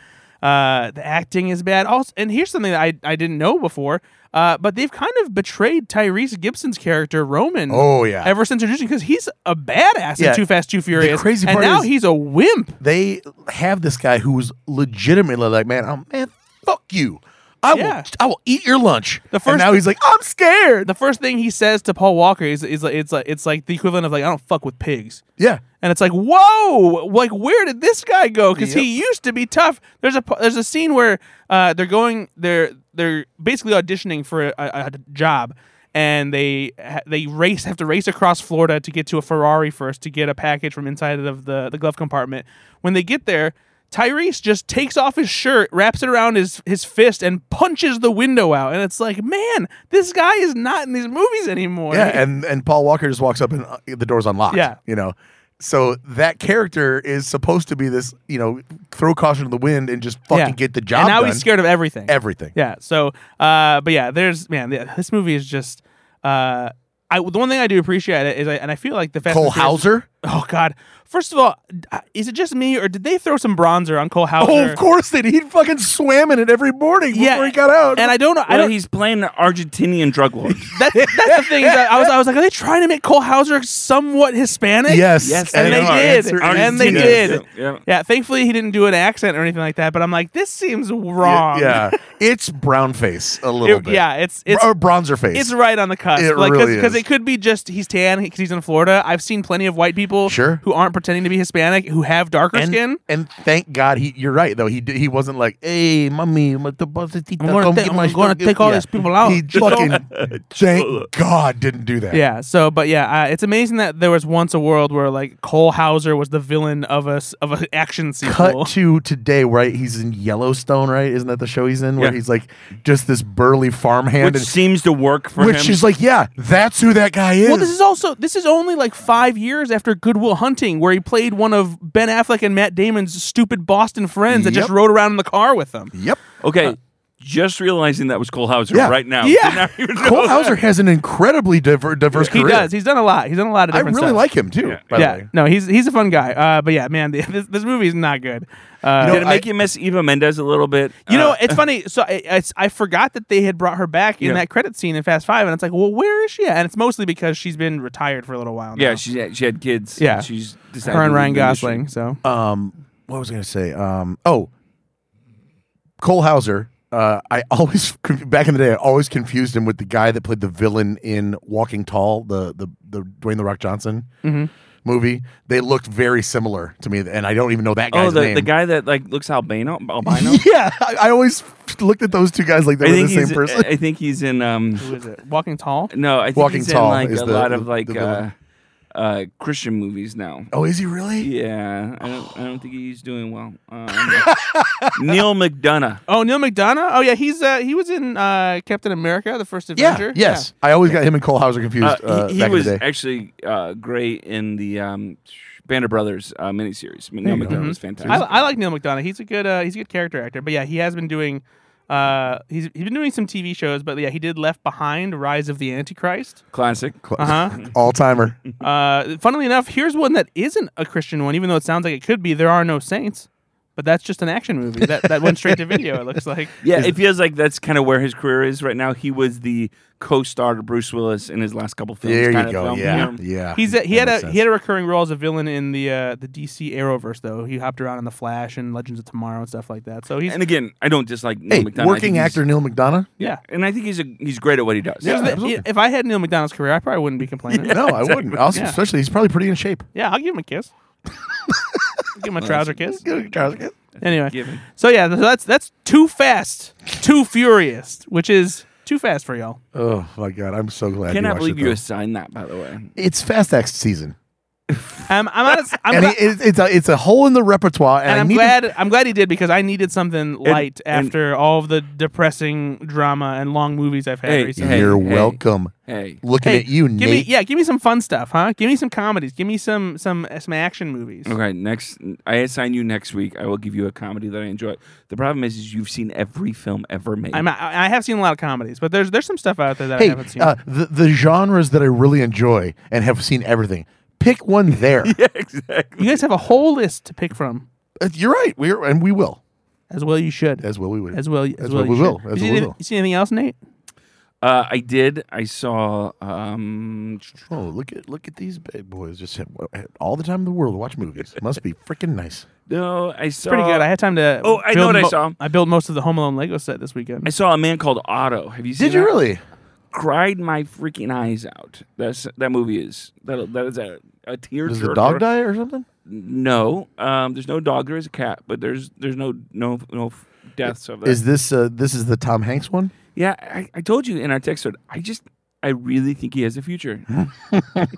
Speaker 3: Uh, the acting is bad. Also, and here's something that I, I didn't know before. Uh, but they've kind of betrayed Tyrese Gibson's character Roman.
Speaker 2: Oh, yeah.
Speaker 3: Ever since introducing, because he's a badass
Speaker 2: Yeah.
Speaker 3: in Too Fast, Too Furious.
Speaker 2: crazy
Speaker 3: and
Speaker 2: part
Speaker 3: now
Speaker 2: is-
Speaker 3: he's a wimp.
Speaker 2: They have this guy who was legitimately like, man, I'm, man, fuck you. I
Speaker 3: Yeah.
Speaker 2: will, I will eat your lunch. The
Speaker 3: first-
Speaker 2: and now he's like, I'm scared.
Speaker 3: The first thing he says to Paul Walker is, is like, it's like it's like the equivalent of like I don't fuck with pigs.
Speaker 2: yeah,
Speaker 3: And it's like, whoa! Like, where did this guy go? Because he used to be tough. There's a there's a scene where uh, they're going they're they're basically auditioning for a, a, a job, and they ha- they race have to race across Florida to get to a Ferrari first to get a package from inside of the the glove compartment. When they get there, Tyrese just takes off his shirt, wraps it around his his fist, and punches the window out. And it's like, man, this guy is not in these movies anymore.
Speaker 2: yeah. And and Paul Walker just walks up and uh, the door's unlocked.
Speaker 3: Yeah.
Speaker 2: you know. So that character is supposed to be this, you know, throw caution to the wind and just fucking
Speaker 3: Yeah.
Speaker 2: get the job
Speaker 3: And now
Speaker 2: done.
Speaker 3: he's scared of everything.
Speaker 2: Everything.
Speaker 3: Yeah. So, uh, but yeah, there's man, yeah, this movie is just. Uh, I the one thing I do appreciate it is, I, and I feel like the Fast
Speaker 2: Cole
Speaker 3: and Furious- [LAUGHS]
Speaker 2: Hauser.
Speaker 3: Oh God! First of all, uh, is it just me or did they throw some bronzer on Cole Hauser?
Speaker 2: Oh, of course they did. He fucking swam in it every morning
Speaker 3: Yeah,
Speaker 2: before he got out.
Speaker 3: And I don't know. I
Speaker 4: Well,
Speaker 3: don't.
Speaker 4: he's playing the Argentinian
Speaker 3: [LAUGHS]
Speaker 4: drug lord.
Speaker 3: That's, that's the thing. is that I was. I was like, are they trying to make Cole Hauser somewhat Hispanic?
Speaker 2: yes,
Speaker 4: Yes,
Speaker 3: and
Speaker 4: They
Speaker 3: they
Speaker 4: are.
Speaker 3: did,
Speaker 4: Answer is
Speaker 3: and they
Speaker 4: yes.
Speaker 3: did.
Speaker 4: Yeah.
Speaker 3: Yeah. Thankfully, he didn't do an accent or anything like that. But I'm like, this seems wrong.
Speaker 2: Yeah, it's brown face a little
Speaker 3: It-
Speaker 2: bit.
Speaker 3: yeah. It's it's
Speaker 2: or bronzer face.
Speaker 3: It's right on the cusp.
Speaker 2: It
Speaker 3: like,
Speaker 2: really
Speaker 3: Because
Speaker 2: is.
Speaker 3: it could be just he's tan because he's in Florida. I've seen plenty of white people
Speaker 2: Sure.
Speaker 3: who aren't pretending to be Hispanic who have darker
Speaker 2: and,
Speaker 3: skin.
Speaker 2: and thank God he. You're right though. He d- he wasn't like, hey, mommy, I'm
Speaker 3: gonna
Speaker 2: gonna,
Speaker 3: ta- I'm gonna take all these people out." [LAUGHS]
Speaker 2: He fucking [LAUGHS] thank God didn't do that.
Speaker 3: Yeah. So, but yeah, uh, it's amazing that there was once a world where like Cole Hauser was the villain of a s- of an
Speaker 2: Cut
Speaker 3: action sequel.
Speaker 2: to today, right? He's in Yellowstone, right? Isn't that the show he's in? Where
Speaker 4: Yeah.
Speaker 2: he's like just this burly farmhand,
Speaker 4: Which
Speaker 2: and,
Speaker 4: seems to work for
Speaker 2: which
Speaker 4: him.
Speaker 2: is like, yeah, that's who that guy is.
Speaker 3: Well, this is also this is only like five years after Goodwill Hunting, where he played one of Ben Affleck and Matt Damon's stupid Boston friends that just
Speaker 2: Yep.
Speaker 3: rode around in the car with them.
Speaker 4: [LAUGHS]
Speaker 2: yep.
Speaker 4: okay, just realizing that was Cole Hauser
Speaker 2: Yeah.
Speaker 4: right [LAUGHS] now.
Speaker 3: uh, Yeah.
Speaker 4: Did not even know
Speaker 2: Cole
Speaker 4: that.
Speaker 2: Hauser has an incredibly diver- diverse
Speaker 3: He
Speaker 2: career.
Speaker 3: does. He's done a lot. He's done a lot of
Speaker 2: I
Speaker 3: different
Speaker 2: really
Speaker 3: stuff.
Speaker 2: like him too.
Speaker 4: Yeah.
Speaker 2: By the
Speaker 3: yeah,
Speaker 2: way.
Speaker 3: no, he's he's a fun guy. Uh, but yeah, man, [LAUGHS] this, this movie is not good. Uh,
Speaker 2: You
Speaker 4: Did it
Speaker 2: I-
Speaker 4: make you miss Eva Mendes a little bit?
Speaker 3: You know,
Speaker 4: Uh,
Speaker 3: it's funny. So I, I, I forgot that they had brought her back in
Speaker 4: Yeah.
Speaker 3: that credit scene in Fast Five, and it's like, well, where is she? At? And it's mostly because she's been retired for a little while. Now.
Speaker 4: yeah, she had, she had kids.
Speaker 3: Yeah.
Speaker 4: and she's decided
Speaker 3: her and
Speaker 4: to
Speaker 3: Ryan
Speaker 4: leave the industry.
Speaker 3: Gosling. So
Speaker 2: um what was I gonna say? Um oh Cole Hauser. Uh, I always [LAUGHS] back in the day, I always confused him with the guy that played the villain in Walking Tall, the the the Dwayne the Rock Johnson movie. They looked very similar to me, and I don't even know that
Speaker 4: Oh,
Speaker 2: guy's
Speaker 4: the,
Speaker 2: name.
Speaker 4: the guy that like looks albino.
Speaker 2: [LAUGHS]
Speaker 4: Albino.
Speaker 2: yeah, I, I always looked at those two guys like they
Speaker 4: I
Speaker 2: were the
Speaker 4: think he's. uh,
Speaker 2: same person.
Speaker 4: I think he's in. Um,
Speaker 3: who is it? Walking Tall.
Speaker 4: no, I think
Speaker 2: Walking
Speaker 4: he's in
Speaker 2: Tall
Speaker 4: like
Speaker 2: is
Speaker 4: a
Speaker 2: the-
Speaker 4: lot
Speaker 2: the-
Speaker 4: of like
Speaker 2: the
Speaker 4: uh,
Speaker 2: villain.
Speaker 4: uh, Christian movies now.
Speaker 2: oh, is he really?
Speaker 4: Yeah, I don't. I don't think he's doing well. Um, [LAUGHS] Neil McDonough.
Speaker 3: Oh, Neil McDonough. Oh yeah, he's uh, he was in uh, Captain America: The First
Speaker 2: Yeah,
Speaker 3: Avenger.
Speaker 2: yes. I always got him and Cole Hauser confused.
Speaker 4: Uh,
Speaker 2: Uh,
Speaker 4: he he
Speaker 2: back
Speaker 4: was
Speaker 2: in the day.
Speaker 4: actually uh, great in the um, Band of Brothers uh, miniseries. Neil
Speaker 2: you go. Mm-hmm.
Speaker 4: McDonough was
Speaker 3: Yeah.
Speaker 4: fantastic.
Speaker 3: I, I like Neil McDonough. He's a good uh, he's a good character actor. But yeah, he has been doing uh, he's he's been doing some TV shows. But yeah, he did Left Behind: Rise of the
Speaker 2: [LAUGHS]
Speaker 3: Antichrist.
Speaker 4: Classic.
Speaker 3: Uh-huh.
Speaker 2: All timer.
Speaker 3: Uh, funnily enough, here's one that isn't a Christian one, even though it sounds like it could be. There are no saints, but that's just an action movie. That that went straight to video. It looks like.
Speaker 4: Yeah, it feels like that's kind of where his career is right now. He was the co-star to Bruce Willis in his last couple films.
Speaker 2: There
Speaker 4: kind
Speaker 2: you
Speaker 4: of
Speaker 2: go.
Speaker 4: film.
Speaker 2: Yeah, yeah.
Speaker 3: He's a, he
Speaker 2: That
Speaker 3: had a
Speaker 2: makes sense.
Speaker 3: he had a recurring role as a villain in the uh, the DC Arrowverse though. He hopped around in the Flash and Legends of Tomorrow and stuff like that. So he's
Speaker 4: And again, I don't dislike Neil
Speaker 2: Hey,
Speaker 4: McDonough. I think
Speaker 2: working
Speaker 4: he's-
Speaker 2: actor Neil McDonough. [LAUGHS]
Speaker 3: yeah.
Speaker 4: and I think he's a, he's great at what he does.
Speaker 3: Here's the-
Speaker 2: absolutely.
Speaker 3: if I had Neil McDonald's career, I probably wouldn't be complaining. yeah.
Speaker 2: No, I wouldn't. Also,
Speaker 3: Yeah.
Speaker 2: especially he's probably pretty in shape.
Speaker 3: I'll give him a kiss. give him a trouser kiss. Anyway,
Speaker 4: Given.
Speaker 3: so yeah, so that's that's too fast, too furious, which is too fast for y'all.
Speaker 2: Oh my god, I'm so glad. you
Speaker 4: Cannot
Speaker 2: watched
Speaker 4: believe
Speaker 2: it,
Speaker 4: you
Speaker 2: though.
Speaker 4: assigned that. By the way,
Speaker 2: It's Fast X season,
Speaker 3: Um, I'm out. Of, I'm
Speaker 2: and
Speaker 3: gla-
Speaker 2: it, it's- it's a it's a hole in the repertoire. And,
Speaker 3: and
Speaker 2: I
Speaker 3: I'm
Speaker 2: need to-
Speaker 3: glad I'm glad he did because I needed something light
Speaker 4: and-
Speaker 3: after all of the depressing drama and long movies I've had
Speaker 4: Hey,
Speaker 3: recently.
Speaker 4: hey,
Speaker 2: you're
Speaker 4: hey.
Speaker 2: welcome.
Speaker 4: hey,
Speaker 2: Looking
Speaker 3: Hey,
Speaker 2: at you,
Speaker 3: give
Speaker 2: Nate.
Speaker 3: me yeah, give me some fun stuff, huh? Give me some comedies, give me some some uh, some action movies.
Speaker 4: okay. Next, I assign you next week. I will give you a comedy that I enjoy. The problem is, is you've seen every film ever made.
Speaker 3: I'm, I, I have seen a lot of comedies, but there's there's some stuff out there that I
Speaker 2: hey,
Speaker 3: haven't seen.
Speaker 2: uh, the the genres that I really enjoy and have seen everything. Pick one
Speaker 3: [LAUGHS]
Speaker 2: there.
Speaker 4: [LAUGHS] yeah, exactly.
Speaker 3: you guys have a whole list to pick from.
Speaker 2: Uh, You're right. We're and we will.
Speaker 3: As well, you should.
Speaker 2: As well, we would.
Speaker 3: As well, as,
Speaker 2: as
Speaker 3: well,
Speaker 2: well we
Speaker 3: you
Speaker 2: will.
Speaker 3: should.
Speaker 2: As
Speaker 3: you,
Speaker 2: well
Speaker 3: see
Speaker 2: we
Speaker 3: any-
Speaker 2: will.
Speaker 3: you see anything else, Nate?
Speaker 4: Uh, I did. I saw. Um,
Speaker 2: Oh, look at look at these big boys! Just have, all the time in the world to watch [LAUGHS] movies. Must be freaking nice.
Speaker 4: no, I saw.
Speaker 3: Pretty good. I had time to.
Speaker 4: oh, I know
Speaker 3: build
Speaker 4: what I
Speaker 3: mo-
Speaker 4: saw.
Speaker 3: I built most of the Home Alone Lego set this
Speaker 4: I
Speaker 3: weekend.
Speaker 4: saw a man called Otto. Have you seen?
Speaker 2: Did you
Speaker 4: that?
Speaker 2: really?
Speaker 4: Cried my freaking eyes out. That's that movie is that that is a a tear.
Speaker 2: Does the dog die or something?
Speaker 4: No. Um. There's no dog. There is a cat, but there's there's no no no f- deaths of that.
Speaker 2: Is this uh, this is the Tom Hanks one?
Speaker 4: yeah. I, I told you in our text thread. I just I really think he has a future.
Speaker 3: And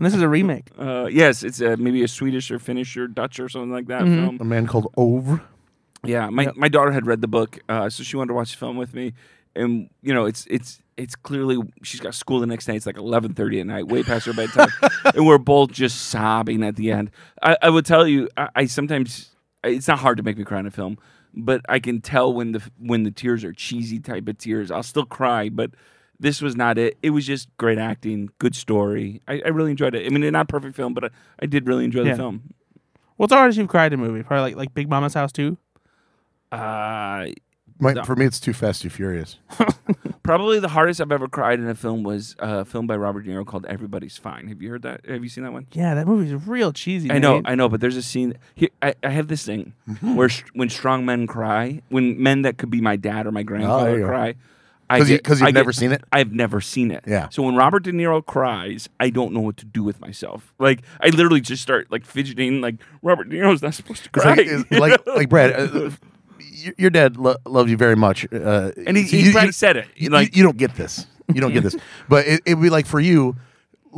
Speaker 3: this is a remake.
Speaker 4: uh. Yes. It's a, maybe a Swedish or Finnish or Dutch or something like that film.
Speaker 2: A man called Ove.
Speaker 4: Yeah, my,
Speaker 3: Yep.
Speaker 4: my daughter had read the book, uh, so she wanted to watch the film with me. And you know, it's it's it's clearly she's got school the next night. It's like eleven thirty at night, way past
Speaker 3: [LAUGHS]
Speaker 4: her bedtime, and we're both just sobbing at the end. I, I will tell you, I, I sometimes it's not hard to make me cry in a film, but I can tell when the when the tears are cheesy type of tears. I'll still cry, but. This was not it. It was just great acting, good story. I, I really enjoyed it. I mean, it's not a perfect film, but I, I did really enjoy
Speaker 3: Yeah.
Speaker 4: the film.
Speaker 3: What's the hardest you've cried in a movie? Probably like like Big Mama's House too.
Speaker 4: Uh,
Speaker 2: My, For me, it's Too Fast, Too Furious.
Speaker 4: Probably the hardest I've ever cried in a film was a film by Robert De Niro called Everybody's Fine. Have you heard that? Have you seen that one?
Speaker 3: Yeah, that movie's real cheesy.
Speaker 4: I know,
Speaker 3: Nate.
Speaker 4: I know, but there's a scene. Here, I, I have
Speaker 2: [LAUGHS]
Speaker 4: this thing where sh- when strong men cry, when men that could be my dad or my
Speaker 2: there
Speaker 4: grandfather
Speaker 2: you go.
Speaker 4: cry, I
Speaker 2: Oh, 'Cause you-
Speaker 4: get-
Speaker 2: 'cause you've
Speaker 4: I get-
Speaker 2: never seen it?
Speaker 4: I've never seen it.
Speaker 2: Yeah.
Speaker 4: So when Robert De Niro cries, I don't know what to do with myself. Like I literally just start like fidgeting. Like Robert De Niro's not supposed to
Speaker 2: It's
Speaker 4: cry.
Speaker 2: like, it's
Speaker 4: [LAUGHS]
Speaker 2: like like Brad, uh, y- your dad lo- loves you very much, uh,
Speaker 4: And he-
Speaker 2: so
Speaker 4: he probably said it,
Speaker 2: You,
Speaker 4: like-
Speaker 2: you don't get this. You don't
Speaker 4: [LAUGHS]
Speaker 2: get this. But it, it'd be like for you,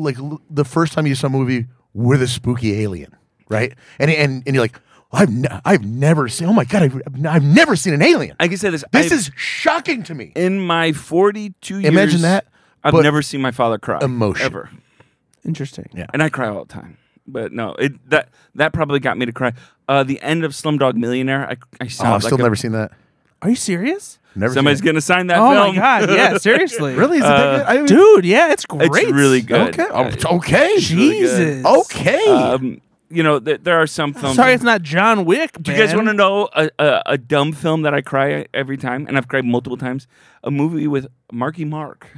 Speaker 2: like l- the first time you saw a movie with a spooky alien, right? And and and you're like, I've n- I've never seen. Oh my god, I've, I've n- I've never seen an alien.
Speaker 4: I can say this.
Speaker 2: this
Speaker 4: I've-
Speaker 2: is shocking to me.
Speaker 4: in my 42 years.
Speaker 2: Imagine that,
Speaker 4: I've
Speaker 2: but
Speaker 4: never seen my father cry.
Speaker 2: emotion.
Speaker 4: ever.
Speaker 3: Interesting.
Speaker 2: Yeah.
Speaker 4: and I cry all the time. But no, it that that probably got me to cry. Uh, the end of Slumdog Millionaire, I I
Speaker 2: Oh, I've
Speaker 4: sound
Speaker 2: still
Speaker 4: like a-
Speaker 2: never seen that.
Speaker 3: Are you serious?
Speaker 2: Never. seen
Speaker 4: somebody's uh,
Speaker 2: it.
Speaker 4: gonna sign that
Speaker 3: oh my
Speaker 4: film.
Speaker 3: god!
Speaker 4: [LAUGHS]
Speaker 3: Yeah, seriously.
Speaker 2: really. Is it that good? I haven't-
Speaker 3: dude? Yeah, it's great.
Speaker 4: it's really good.
Speaker 2: Okay. Oh, okay.
Speaker 4: really good.
Speaker 3: Jesus.
Speaker 2: Okay.
Speaker 4: Um, you know, th- there are some films.
Speaker 3: Sorry, it's not John Wick.
Speaker 4: Um, Do you guys want to know a, a, a dumb film that I cry every time, and I've cried multiple times? A movie with Marky Mark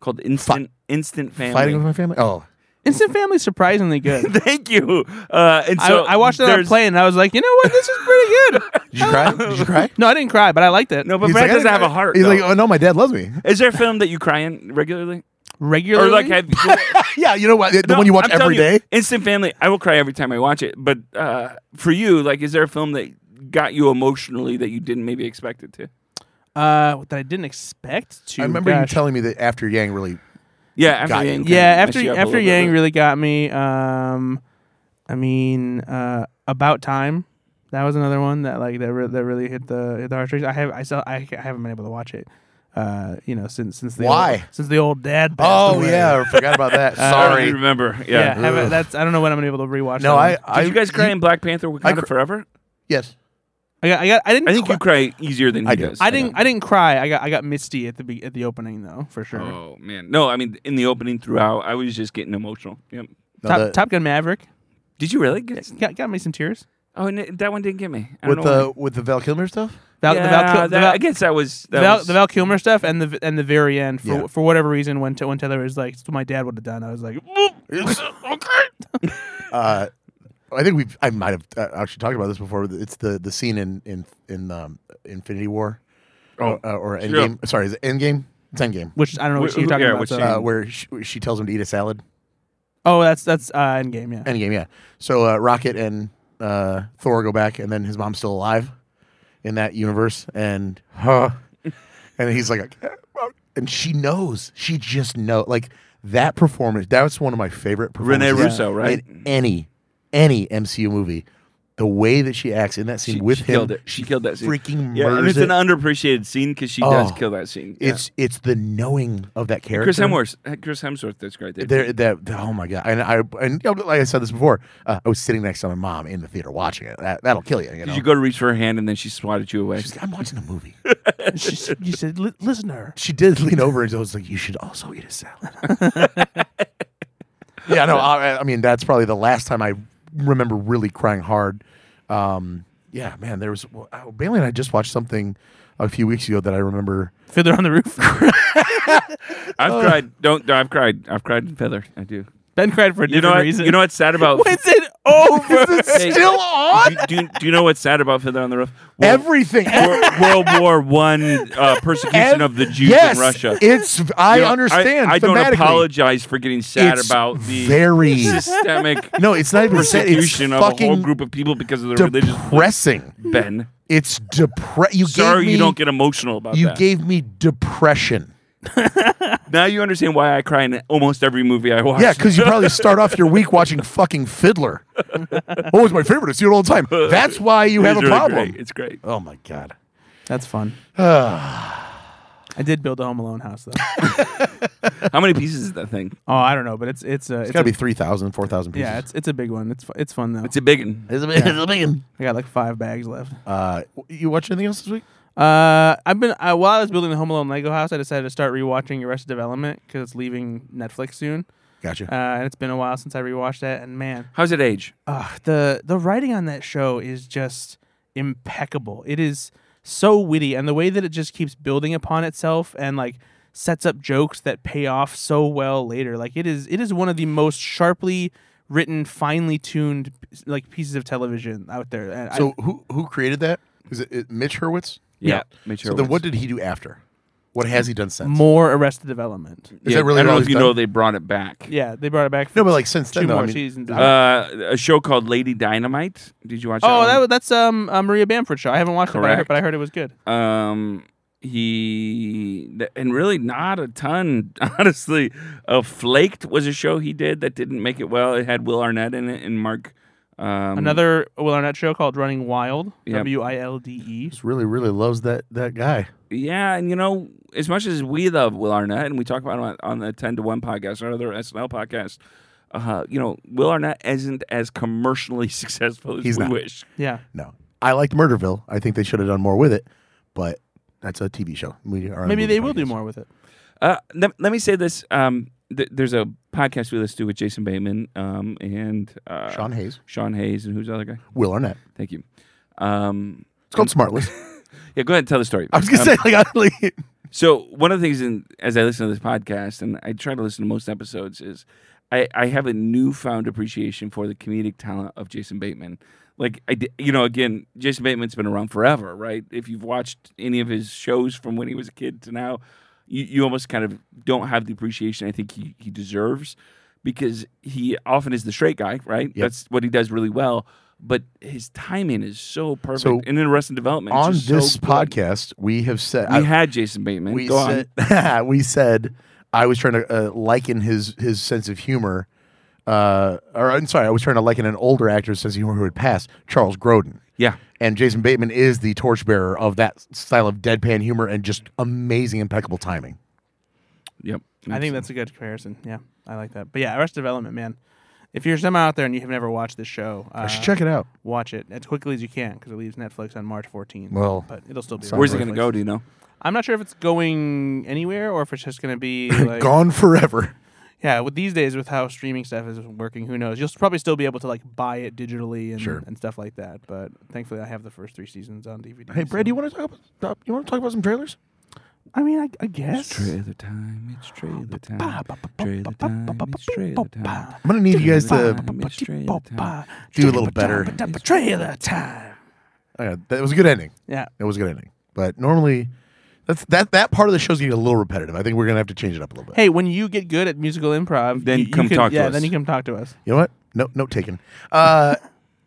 Speaker 4: called Instant Instant Family. [LAUGHS]
Speaker 2: Fighting with my family. Oh.
Speaker 3: Instant Family? Surprisingly good.
Speaker 4: Thank you. Uh, and
Speaker 3: I,
Speaker 4: so
Speaker 3: I watched it on a
Speaker 4: there's-
Speaker 3: plane and I was like, you know what? This is pretty good.
Speaker 4: [LAUGHS]
Speaker 2: Did you cry? Did you cry?
Speaker 3: No, I didn't cry, but I liked it.
Speaker 4: No, but
Speaker 2: He's
Speaker 4: Brad
Speaker 2: like, I
Speaker 4: doesn't
Speaker 2: didn't
Speaker 4: have a
Speaker 2: cry.
Speaker 4: heart.
Speaker 2: He's
Speaker 4: though.
Speaker 2: like, oh no, my dad loves me. [LAUGHS]
Speaker 4: Is there a film that you cry in regularly?
Speaker 3: regularly.
Speaker 4: Or like have you,
Speaker 2: Yeah, you know what? The
Speaker 4: No,
Speaker 2: one you watch
Speaker 4: I'm telling
Speaker 2: every
Speaker 4: you,
Speaker 2: day.
Speaker 4: Instant Family. I will cry every time I watch it. But uh, for you, like, is there a film that got you emotionally that you didn't maybe expect it to?
Speaker 3: uh, that I didn't expect to.
Speaker 2: I remember
Speaker 3: Gosh.
Speaker 2: you telling me that after Yang really.
Speaker 4: Yeah, after
Speaker 2: Got you.
Speaker 4: Yang. kinda
Speaker 3: Yeah,
Speaker 4: messed
Speaker 3: after
Speaker 4: you up a
Speaker 3: after
Speaker 4: little bit,
Speaker 3: Yang
Speaker 4: but-
Speaker 3: really got me. Um, I mean, uh, about time. That was another one that like that re- that really hit the hit the heartstrings. I have I still I, I haven't been able to watch it. Uh, you know, since since the
Speaker 2: Why?
Speaker 3: old, since the old dad. Passed
Speaker 2: Oh
Speaker 3: away.
Speaker 2: yeah, I forgot about [LAUGHS] that.
Speaker 4: I don't
Speaker 2: Sorry.
Speaker 4: [LAUGHS] even remember.
Speaker 3: yeah.
Speaker 4: Yeah.
Speaker 3: haven't-
Speaker 2: Ugh.
Speaker 3: that's I don't know when I'm gonna be able to rewatch.
Speaker 2: no,
Speaker 3: that
Speaker 2: I,
Speaker 3: one.
Speaker 2: I.
Speaker 4: Did you guys cry in Black Panther Wakanda
Speaker 2: cr-
Speaker 4: Forever?
Speaker 2: Yes.
Speaker 3: I got I got I didn't
Speaker 4: I think
Speaker 3: cry,
Speaker 4: you cry easier than he
Speaker 2: I did.
Speaker 4: does.
Speaker 3: I didn't I didn't cry. I got I got misty at the be- at the opening though for sure.
Speaker 4: Oh man, no! I mean, in the opening, throughout, I was just getting emotional. Yep.
Speaker 2: No,
Speaker 3: Top,
Speaker 2: the-
Speaker 3: Top Gun Maverick
Speaker 4: Did you really? Get,
Speaker 3: got, got me some tears.
Speaker 4: oh, and it- that one didn't get me. I
Speaker 2: with
Speaker 4: don't know
Speaker 2: the with the Val Kilmer stuff.
Speaker 3: Val,
Speaker 4: why.
Speaker 3: the Val,
Speaker 4: Yeah,
Speaker 3: Kil- the
Speaker 4: that-
Speaker 3: Val-
Speaker 4: I guess that was
Speaker 3: the
Speaker 4: that
Speaker 3: Val,
Speaker 4: was
Speaker 3: the Val Kilmer stuff and the and the very end for
Speaker 2: Yeah.
Speaker 3: for whatever reason when t- when Taylor was like "That's what my dad would have done I was like
Speaker 2: Uh, I think we've. I might have uh, actually talked about this before. but It's the the scene in in in um, Infinity War.
Speaker 4: Oh,
Speaker 2: uh, or
Speaker 4: sure.
Speaker 2: Endgame. Sorry, is it Endgame? It's Endgame.
Speaker 3: which I don't know which
Speaker 4: Wh-
Speaker 3: you're
Speaker 4: who-
Speaker 3: talking
Speaker 4: yeah,
Speaker 3: about
Speaker 4: which
Speaker 3: so.
Speaker 4: scene?
Speaker 2: Uh, where she, she tells him to eat a salad.
Speaker 3: oh that's that's uh, Endgame yeah
Speaker 2: Endgame, yeah. So uh, Rocket and uh, Thor go back, and then his mom's still alive in that universe, and huh, and he's like, and she knows, she just know, like that performance. That was one of my favorite performances.
Speaker 4: Rene Russo, right?
Speaker 2: In any any MCU movie, the way that she acts in that scene
Speaker 4: She-
Speaker 2: with
Speaker 4: she
Speaker 2: him,
Speaker 4: killed it. She killed that scene.
Speaker 2: freaking
Speaker 4: yeah, and
Speaker 2: murders
Speaker 4: it's
Speaker 2: it.
Speaker 4: an underappreciated scene because she does
Speaker 2: Oh,
Speaker 4: kill that scene. Yeah.
Speaker 2: it's it's the knowing of that character.
Speaker 4: Chris Hemsworth. Chris Hemsworth. That's great. There.
Speaker 2: There, that oh my god! And I and you know, like I said this before, uh, I was sitting next to my mom in the theater watching it. That, that'll kill you. You know,
Speaker 4: Did you go to reach for her hand and then she swatted you away?
Speaker 2: She's like, I'm watching a movie.
Speaker 3: [LAUGHS] she, said- you said "Li- listen to her
Speaker 2: she did lean over and was like, "You should also eat a salad." [LAUGHS] yeah, no, I, I mean that's probably the last time I remember really crying hard. Um, Yeah, man, there was well, oh, Bailey and I just watched something a few weeks ago that I remember.
Speaker 3: Fiddler on the Roof.
Speaker 4: I've cried. Don't. I've cried. I've cried in feather. I do.
Speaker 3: [LAUGHS] ben cried for a different
Speaker 4: You know. What,
Speaker 3: reason. [LAUGHS]
Speaker 4: you know what's sad about.
Speaker 3: When's it
Speaker 4: [LAUGHS]
Speaker 3: over?
Speaker 4: Hey,
Speaker 2: Still on
Speaker 4: Do, do, do you know what's sad about Fiddler on the Roof? World,
Speaker 2: everything.
Speaker 4: World War One
Speaker 2: [LAUGHS]
Speaker 4: uh, persecution of the Jews
Speaker 2: yes,
Speaker 4: in Russia.
Speaker 2: It's I
Speaker 4: You know,
Speaker 2: understand.
Speaker 4: I, I don't
Speaker 2: thematically.
Speaker 4: apologize for getting sad
Speaker 2: It's
Speaker 4: about the
Speaker 2: very- [LAUGHS]
Speaker 4: [LAUGHS] systemic
Speaker 2: No, it's not even sad. It's
Speaker 4: persecution of a whole
Speaker 2: fucking
Speaker 4: group of people because of their religious
Speaker 2: depressing.
Speaker 4: Ben.
Speaker 2: It's depress. You
Speaker 4: Sorry,
Speaker 2: gave me,
Speaker 4: you don't get emotional about
Speaker 2: You
Speaker 4: that.
Speaker 2: gave me depression.
Speaker 4: now you understand why I cry in almost every movie I watch.
Speaker 2: Yeah, because you probably start off your week watching fucking Fiddler. Always my favorite. I see it all the time. That's why you
Speaker 4: It's
Speaker 2: have a
Speaker 4: really
Speaker 2: problem.
Speaker 4: Great. It's great.
Speaker 2: Oh my god.
Speaker 3: That's
Speaker 4: [SIGHS]
Speaker 3: fun. I did build a Home Alone house though.
Speaker 4: How many pieces is that thing?
Speaker 3: Oh, I don't know, but it's it's uh, it's,
Speaker 2: It's got to be
Speaker 3: a-
Speaker 2: 3,000, 4,000 pieces.
Speaker 3: yeah, it's it's a big one. It's fu- it's fun though.
Speaker 4: It's a big one.
Speaker 2: It's a big, it's a big one.
Speaker 3: I got like five bags left.
Speaker 2: Uh, you watch anything else this week?
Speaker 3: Uh, I've been uh, while I was building the Home Alone Lego house, I decided to start rewatching Arrested Development because it's leaving Netflix soon,
Speaker 2: Gotcha.
Speaker 3: uh, and it's been a while since I rewatched that. And man,
Speaker 4: How's it age?
Speaker 3: uh, the the writing on that show is just impeccable. It is so witty, and the way that it just keeps building upon itself and like sets up jokes that pay off so well later. Like it is, it is one of the most sharply written, finely tuned like pieces of television out there. And I-
Speaker 2: so who who created that? Is it, it Mitch Hurwitz?
Speaker 3: Yeah.
Speaker 4: Make sure.
Speaker 2: So then what did he do after? What has he done since?
Speaker 3: more Arrested Development.
Speaker 2: Is that really
Speaker 4: I don't
Speaker 2: all
Speaker 4: know if
Speaker 2: he's
Speaker 4: you
Speaker 2: done?
Speaker 4: know they brought it back.
Speaker 3: Yeah, they brought it back. For
Speaker 2: No, but like since
Speaker 3: two
Speaker 2: then, though,
Speaker 3: more
Speaker 2: I mean,
Speaker 3: seasons.
Speaker 4: Uh, a show called Lady Dynamite. Did you watch?
Speaker 3: oh,
Speaker 4: that
Speaker 3: that,
Speaker 4: one?
Speaker 3: was- that's um uh, Maria Bamford show. I haven't watched it, but I, heard,
Speaker 4: Correct.
Speaker 3: but I heard it was good.
Speaker 4: um he th- and really not a ton [LAUGHS] honestly uh, flaked was a show he did that didn't make it well it had will arnett in it and mark um,
Speaker 3: Another Will Arnett show called Running Wild.
Speaker 4: Yep.
Speaker 3: W i l d e.
Speaker 2: just really really loves that that guy.
Speaker 4: yeah and you know as much as we love will arnett and we talk about him on, on the 10 to 1 podcast or other snl podcast uh, you know will arnett isn't as commercially [LAUGHS] successful as
Speaker 2: He's
Speaker 4: we
Speaker 2: not.
Speaker 4: wish
Speaker 3: Yeah.
Speaker 2: No, I liked Murderville. I think they should have done more with it, but that's a TV show. We are on
Speaker 3: Maybe
Speaker 2: movie
Speaker 3: they will do
Speaker 2: podcast.
Speaker 3: more with it.
Speaker 4: Uh, let, let me say this. Um, th- there's a podcast we listen to with Jason Bateman um, and uh,
Speaker 2: Sean Hayes,
Speaker 4: Sean Hayes, and who's the other guy?
Speaker 2: Will Arnett.
Speaker 4: Thank you. Um,
Speaker 2: It's called Smartless.
Speaker 4: yeah, go ahead and tell the story.
Speaker 2: I was gonna [LAUGHS]
Speaker 4: Um,
Speaker 2: say like, I, like
Speaker 4: So one of the things, in, as I listen to this podcast, and I try to listen to most episodes, is I, I have a newfound appreciation for the comedic talent of Jason Bateman. Like I, di- you know, again, Jason Bateman's been around forever, right? If you've watched any of his shows from when he was a kid to now, you, you almost kind of don't have the appreciation I think he, he deserves because he often is the straight guy, right? That's what he does really well. But his timing is so perfect
Speaker 2: So,
Speaker 4: and in Arrested Development. it's
Speaker 2: on
Speaker 4: just so
Speaker 2: this
Speaker 4: good.
Speaker 2: podcast we have said
Speaker 4: we
Speaker 2: I-
Speaker 4: had Jason Bateman.
Speaker 2: we
Speaker 4: Go on.
Speaker 2: said [LAUGHS] we said I was trying to uh, liken his his sense of humor. Uh, or I'm sorry, I was trying to liken an older actor's sense of humor who had passed, Charles Grodin.
Speaker 4: Yeah.
Speaker 2: and Jason Bateman is the torchbearer of that style of deadpan humor and just amazing, impeccable timing.
Speaker 4: Yep.
Speaker 3: I think that's a good comparison. Yeah, I like that. But yeah, Arrested Development, man. If you're somehow out there and you have never watched this show, uh,
Speaker 2: I should check it out.
Speaker 3: watch it as quickly as you can because it leaves Netflix on March 14th.
Speaker 2: Well,
Speaker 3: but it'll still be.
Speaker 2: sorry.
Speaker 4: Where's
Speaker 3: on
Speaker 4: it going to
Speaker 3: Netflix.
Speaker 4: go? Do you know?
Speaker 3: I'm not sure if it's going anywhere or if it's just going to be like,
Speaker 2: [LAUGHS] Gone forever.
Speaker 3: Yeah, with these days with how streaming stuff is working, who knows? You'll s- probably still be able to like buy it digitally and,
Speaker 2: Sure.
Speaker 3: and stuff like that. But thankfully, I have the first three seasons on DVD.
Speaker 2: Hey, Brad,
Speaker 3: so-
Speaker 2: do you want to talk about you want to talk about some trailers?
Speaker 3: I mean, I, I guess.
Speaker 4: time. It's trailer time. Trailer time. It's trailer time.
Speaker 2: I'm gonna need you guys to.
Speaker 4: It's trailer time.
Speaker 2: Do a little better.
Speaker 3: Trailer time.
Speaker 2: Uh, that was a good ending.
Speaker 3: Yeah.
Speaker 2: It was a good ending. But normally, that's that that part of the show's gonna get a little repetitive. I think we're gonna have to change it up a little bit.
Speaker 3: Hey, when you get good at musical improv,
Speaker 4: Then
Speaker 3: you- you
Speaker 4: come
Speaker 3: can-
Speaker 4: talk to
Speaker 3: yeah,
Speaker 4: us.
Speaker 3: then you come talk to us.
Speaker 2: You know what? No, note taken. Uh,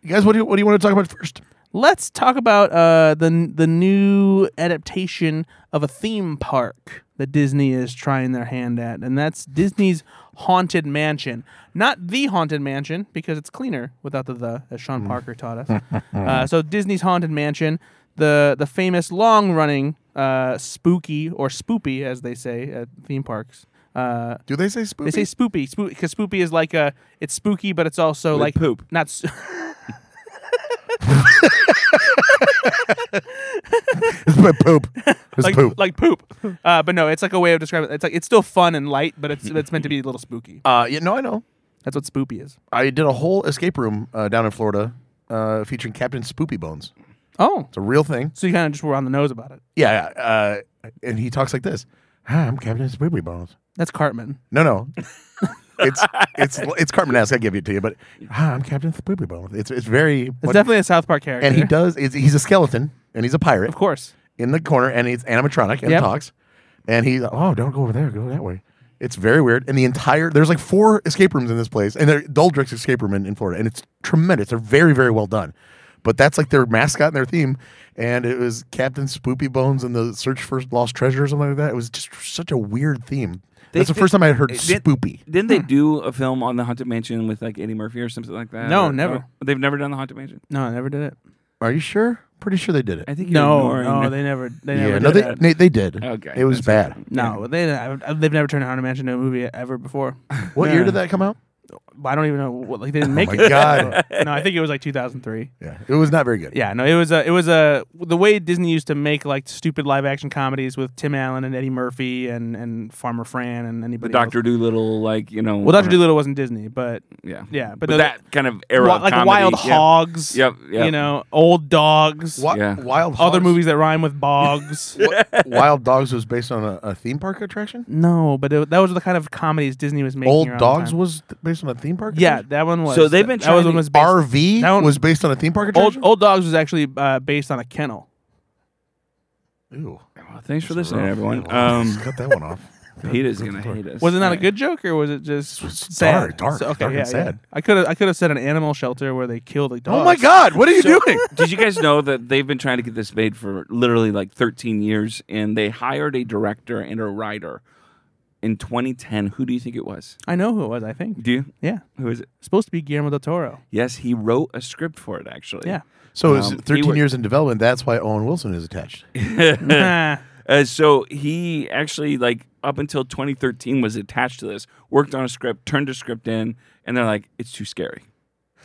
Speaker 2: you guys, what do you, what do you want to talk about first?
Speaker 3: Let's talk about uh, the n- the new adaptation of a theme park that Disney is trying their hand at, and that's Disney's Haunted Mansion. Not the Haunted Mansion because it's cleaner without the the, as Sean Parker taught [LAUGHS] us. uh, so Disney's Haunted Mansion, the the famous long running uh, spooky or spoopy as they say at theme parks. Uh,
Speaker 2: Do they say spoopy?
Speaker 3: they say spoopy, spoopy, because spoopy is like a it's spooky, but it's also like
Speaker 4: poop.
Speaker 3: Not. s-
Speaker 2: [LAUGHS]
Speaker 3: [LAUGHS]
Speaker 2: it's my [LAUGHS] poop. It's
Speaker 3: like
Speaker 2: poop.
Speaker 3: like poop. [LAUGHS] Uh, but no, it's like a way of describing. It. It's like it's still fun and light, but it's it's meant to be a little spooky.
Speaker 2: Uh, yeah, no, I know.
Speaker 3: That's what spoopy is.
Speaker 2: I did a whole escape room uh, down in Florida uh, featuring Captain Spoopy Bones.
Speaker 3: Oh,
Speaker 2: It's a real thing.
Speaker 3: so you kind of just were on the nose about it.
Speaker 2: Yeah. Uh, and he talks like this. Hi, I'm Captain Sweepy Bones.
Speaker 3: That's Cartman.
Speaker 2: No, no.
Speaker 3: [LAUGHS]
Speaker 2: it's it's it's Cartman-esque. I give it to you, but hi, I'm Captain Sweepy Bones. It's it's very.
Speaker 3: It's definitely a South Park character.
Speaker 2: and he does. It's, he's a skeleton and he's a pirate
Speaker 3: [LAUGHS] of course.
Speaker 2: in the corner, and it's animatronic and
Speaker 3: Yep.
Speaker 2: talks. And he, oh, don't go over there. Go that way. It's very weird. And the entire there's like four escape rooms in this place, and they're Doldrick's escape room in, in Florida, and it's tremendous. They're very very well done. But that's like their mascot and their theme. And it was Captain Spoopy Bones and the search for lost treasure or something like that. It was just such a weird theme.
Speaker 4: They-
Speaker 2: that's the
Speaker 4: they-
Speaker 2: first time I had heard
Speaker 4: they-
Speaker 2: Spoopy.
Speaker 4: Didn't they do a film on the Haunted Mansion with like Eddie Murphy or something like that?
Speaker 3: No,
Speaker 4: Or-
Speaker 3: never.
Speaker 4: oh, they've never done the Haunted Mansion.
Speaker 3: No, I never did it.
Speaker 2: Are you sure? Pretty sure they did it.
Speaker 4: I think you're
Speaker 3: No,
Speaker 4: ignoring-
Speaker 3: no, they never. They never
Speaker 2: Yeah,
Speaker 3: did
Speaker 2: no, they,
Speaker 3: that.
Speaker 2: they they did.
Speaker 4: Okay,
Speaker 2: it was
Speaker 4: that's
Speaker 2: bad.
Speaker 3: No, they I- they've never turned Haunted Mansion into a movie ever [LAUGHS] before.
Speaker 2: What year did that come out?
Speaker 3: I don't even know what [LAUGHS] like they didn't make
Speaker 2: Oh my
Speaker 3: it.
Speaker 2: God.
Speaker 3: no, I think it was like 2003.
Speaker 2: Yeah, it was not very good.
Speaker 3: Yeah, no, it was a it was a the way Disney used to make like stupid live action comedies with Tim Allen and Eddie Murphy and and Farmer Fran and
Speaker 4: The
Speaker 3: anybody.
Speaker 4: Doctor
Speaker 3: Else.
Speaker 4: Doolittle, like you know.
Speaker 3: Well, Doctor Doolittle wasn't Disney, but
Speaker 4: Yeah,
Speaker 3: yeah, but,
Speaker 4: But,
Speaker 3: those-
Speaker 4: that kind of era,
Speaker 3: wi-
Speaker 4: of
Speaker 3: like
Speaker 4: comedy,
Speaker 3: Wild
Speaker 4: yeah.
Speaker 3: Hogs.
Speaker 4: Yep, yep.
Speaker 3: You know, Old Dogs.
Speaker 2: Wi-
Speaker 4: Yeah.
Speaker 2: Wild
Speaker 3: Other
Speaker 2: Hogs-
Speaker 3: movies [LAUGHS] that rhyme with
Speaker 2: [LAUGHS]
Speaker 3: bogs.
Speaker 2: Wi- Wild Dogs was based on a, a theme park attraction.
Speaker 3: no, but it, that was the kind of comedies Disney was making.
Speaker 2: Old
Speaker 3: around the
Speaker 2: Dogs
Speaker 3: time.
Speaker 2: was th- based on a theme park.
Speaker 3: Yeah,
Speaker 2: attraction?
Speaker 3: that one was.
Speaker 4: So they've been
Speaker 3: that was one
Speaker 4: trying to-
Speaker 3: was based-
Speaker 2: RV
Speaker 3: that one-
Speaker 2: was based on a theme park
Speaker 3: Old
Speaker 2: attraction.
Speaker 3: Old Dogs was actually uh, based on a kennel.
Speaker 2: Ew.
Speaker 4: Well, Oh, thanks for listening,
Speaker 2: Rough.
Speaker 4: everyone.
Speaker 2: Wow, just
Speaker 4: [LAUGHS] Um,
Speaker 2: cut that one off.
Speaker 4: Peter's gonna hate us.
Speaker 3: Was it not a
Speaker 4: Yeah. [LAUGHS]
Speaker 3: good joke or was it just
Speaker 2: It's
Speaker 3: sad?
Speaker 2: dark, dark, dark and sad.
Speaker 3: I could have I could have said an animal shelter where they killed a dog.
Speaker 2: Oh my God! What are you doing?
Speaker 4: Did you guys know that they've been trying to get this made for literally like 13 years, and they hired a director and a writer in 2010? Who do you think it was?
Speaker 3: I know who it was. I think.
Speaker 4: Do you?
Speaker 3: Yeah,
Speaker 4: Who is it?
Speaker 3: supposed to be Guillermo del Toro.
Speaker 4: Yes, he wrote a script for it actually.
Speaker 3: Yeah.
Speaker 2: So it's
Speaker 4: Um, he
Speaker 2: 13
Speaker 4: wor-
Speaker 2: years in development. That's why Owen Wilson is attached.
Speaker 3: [LAUGHS] Nah.
Speaker 4: Uh, so he actually like up until 2013 was attached to this, worked on a script, turned a script in, and they're like, it's too scary.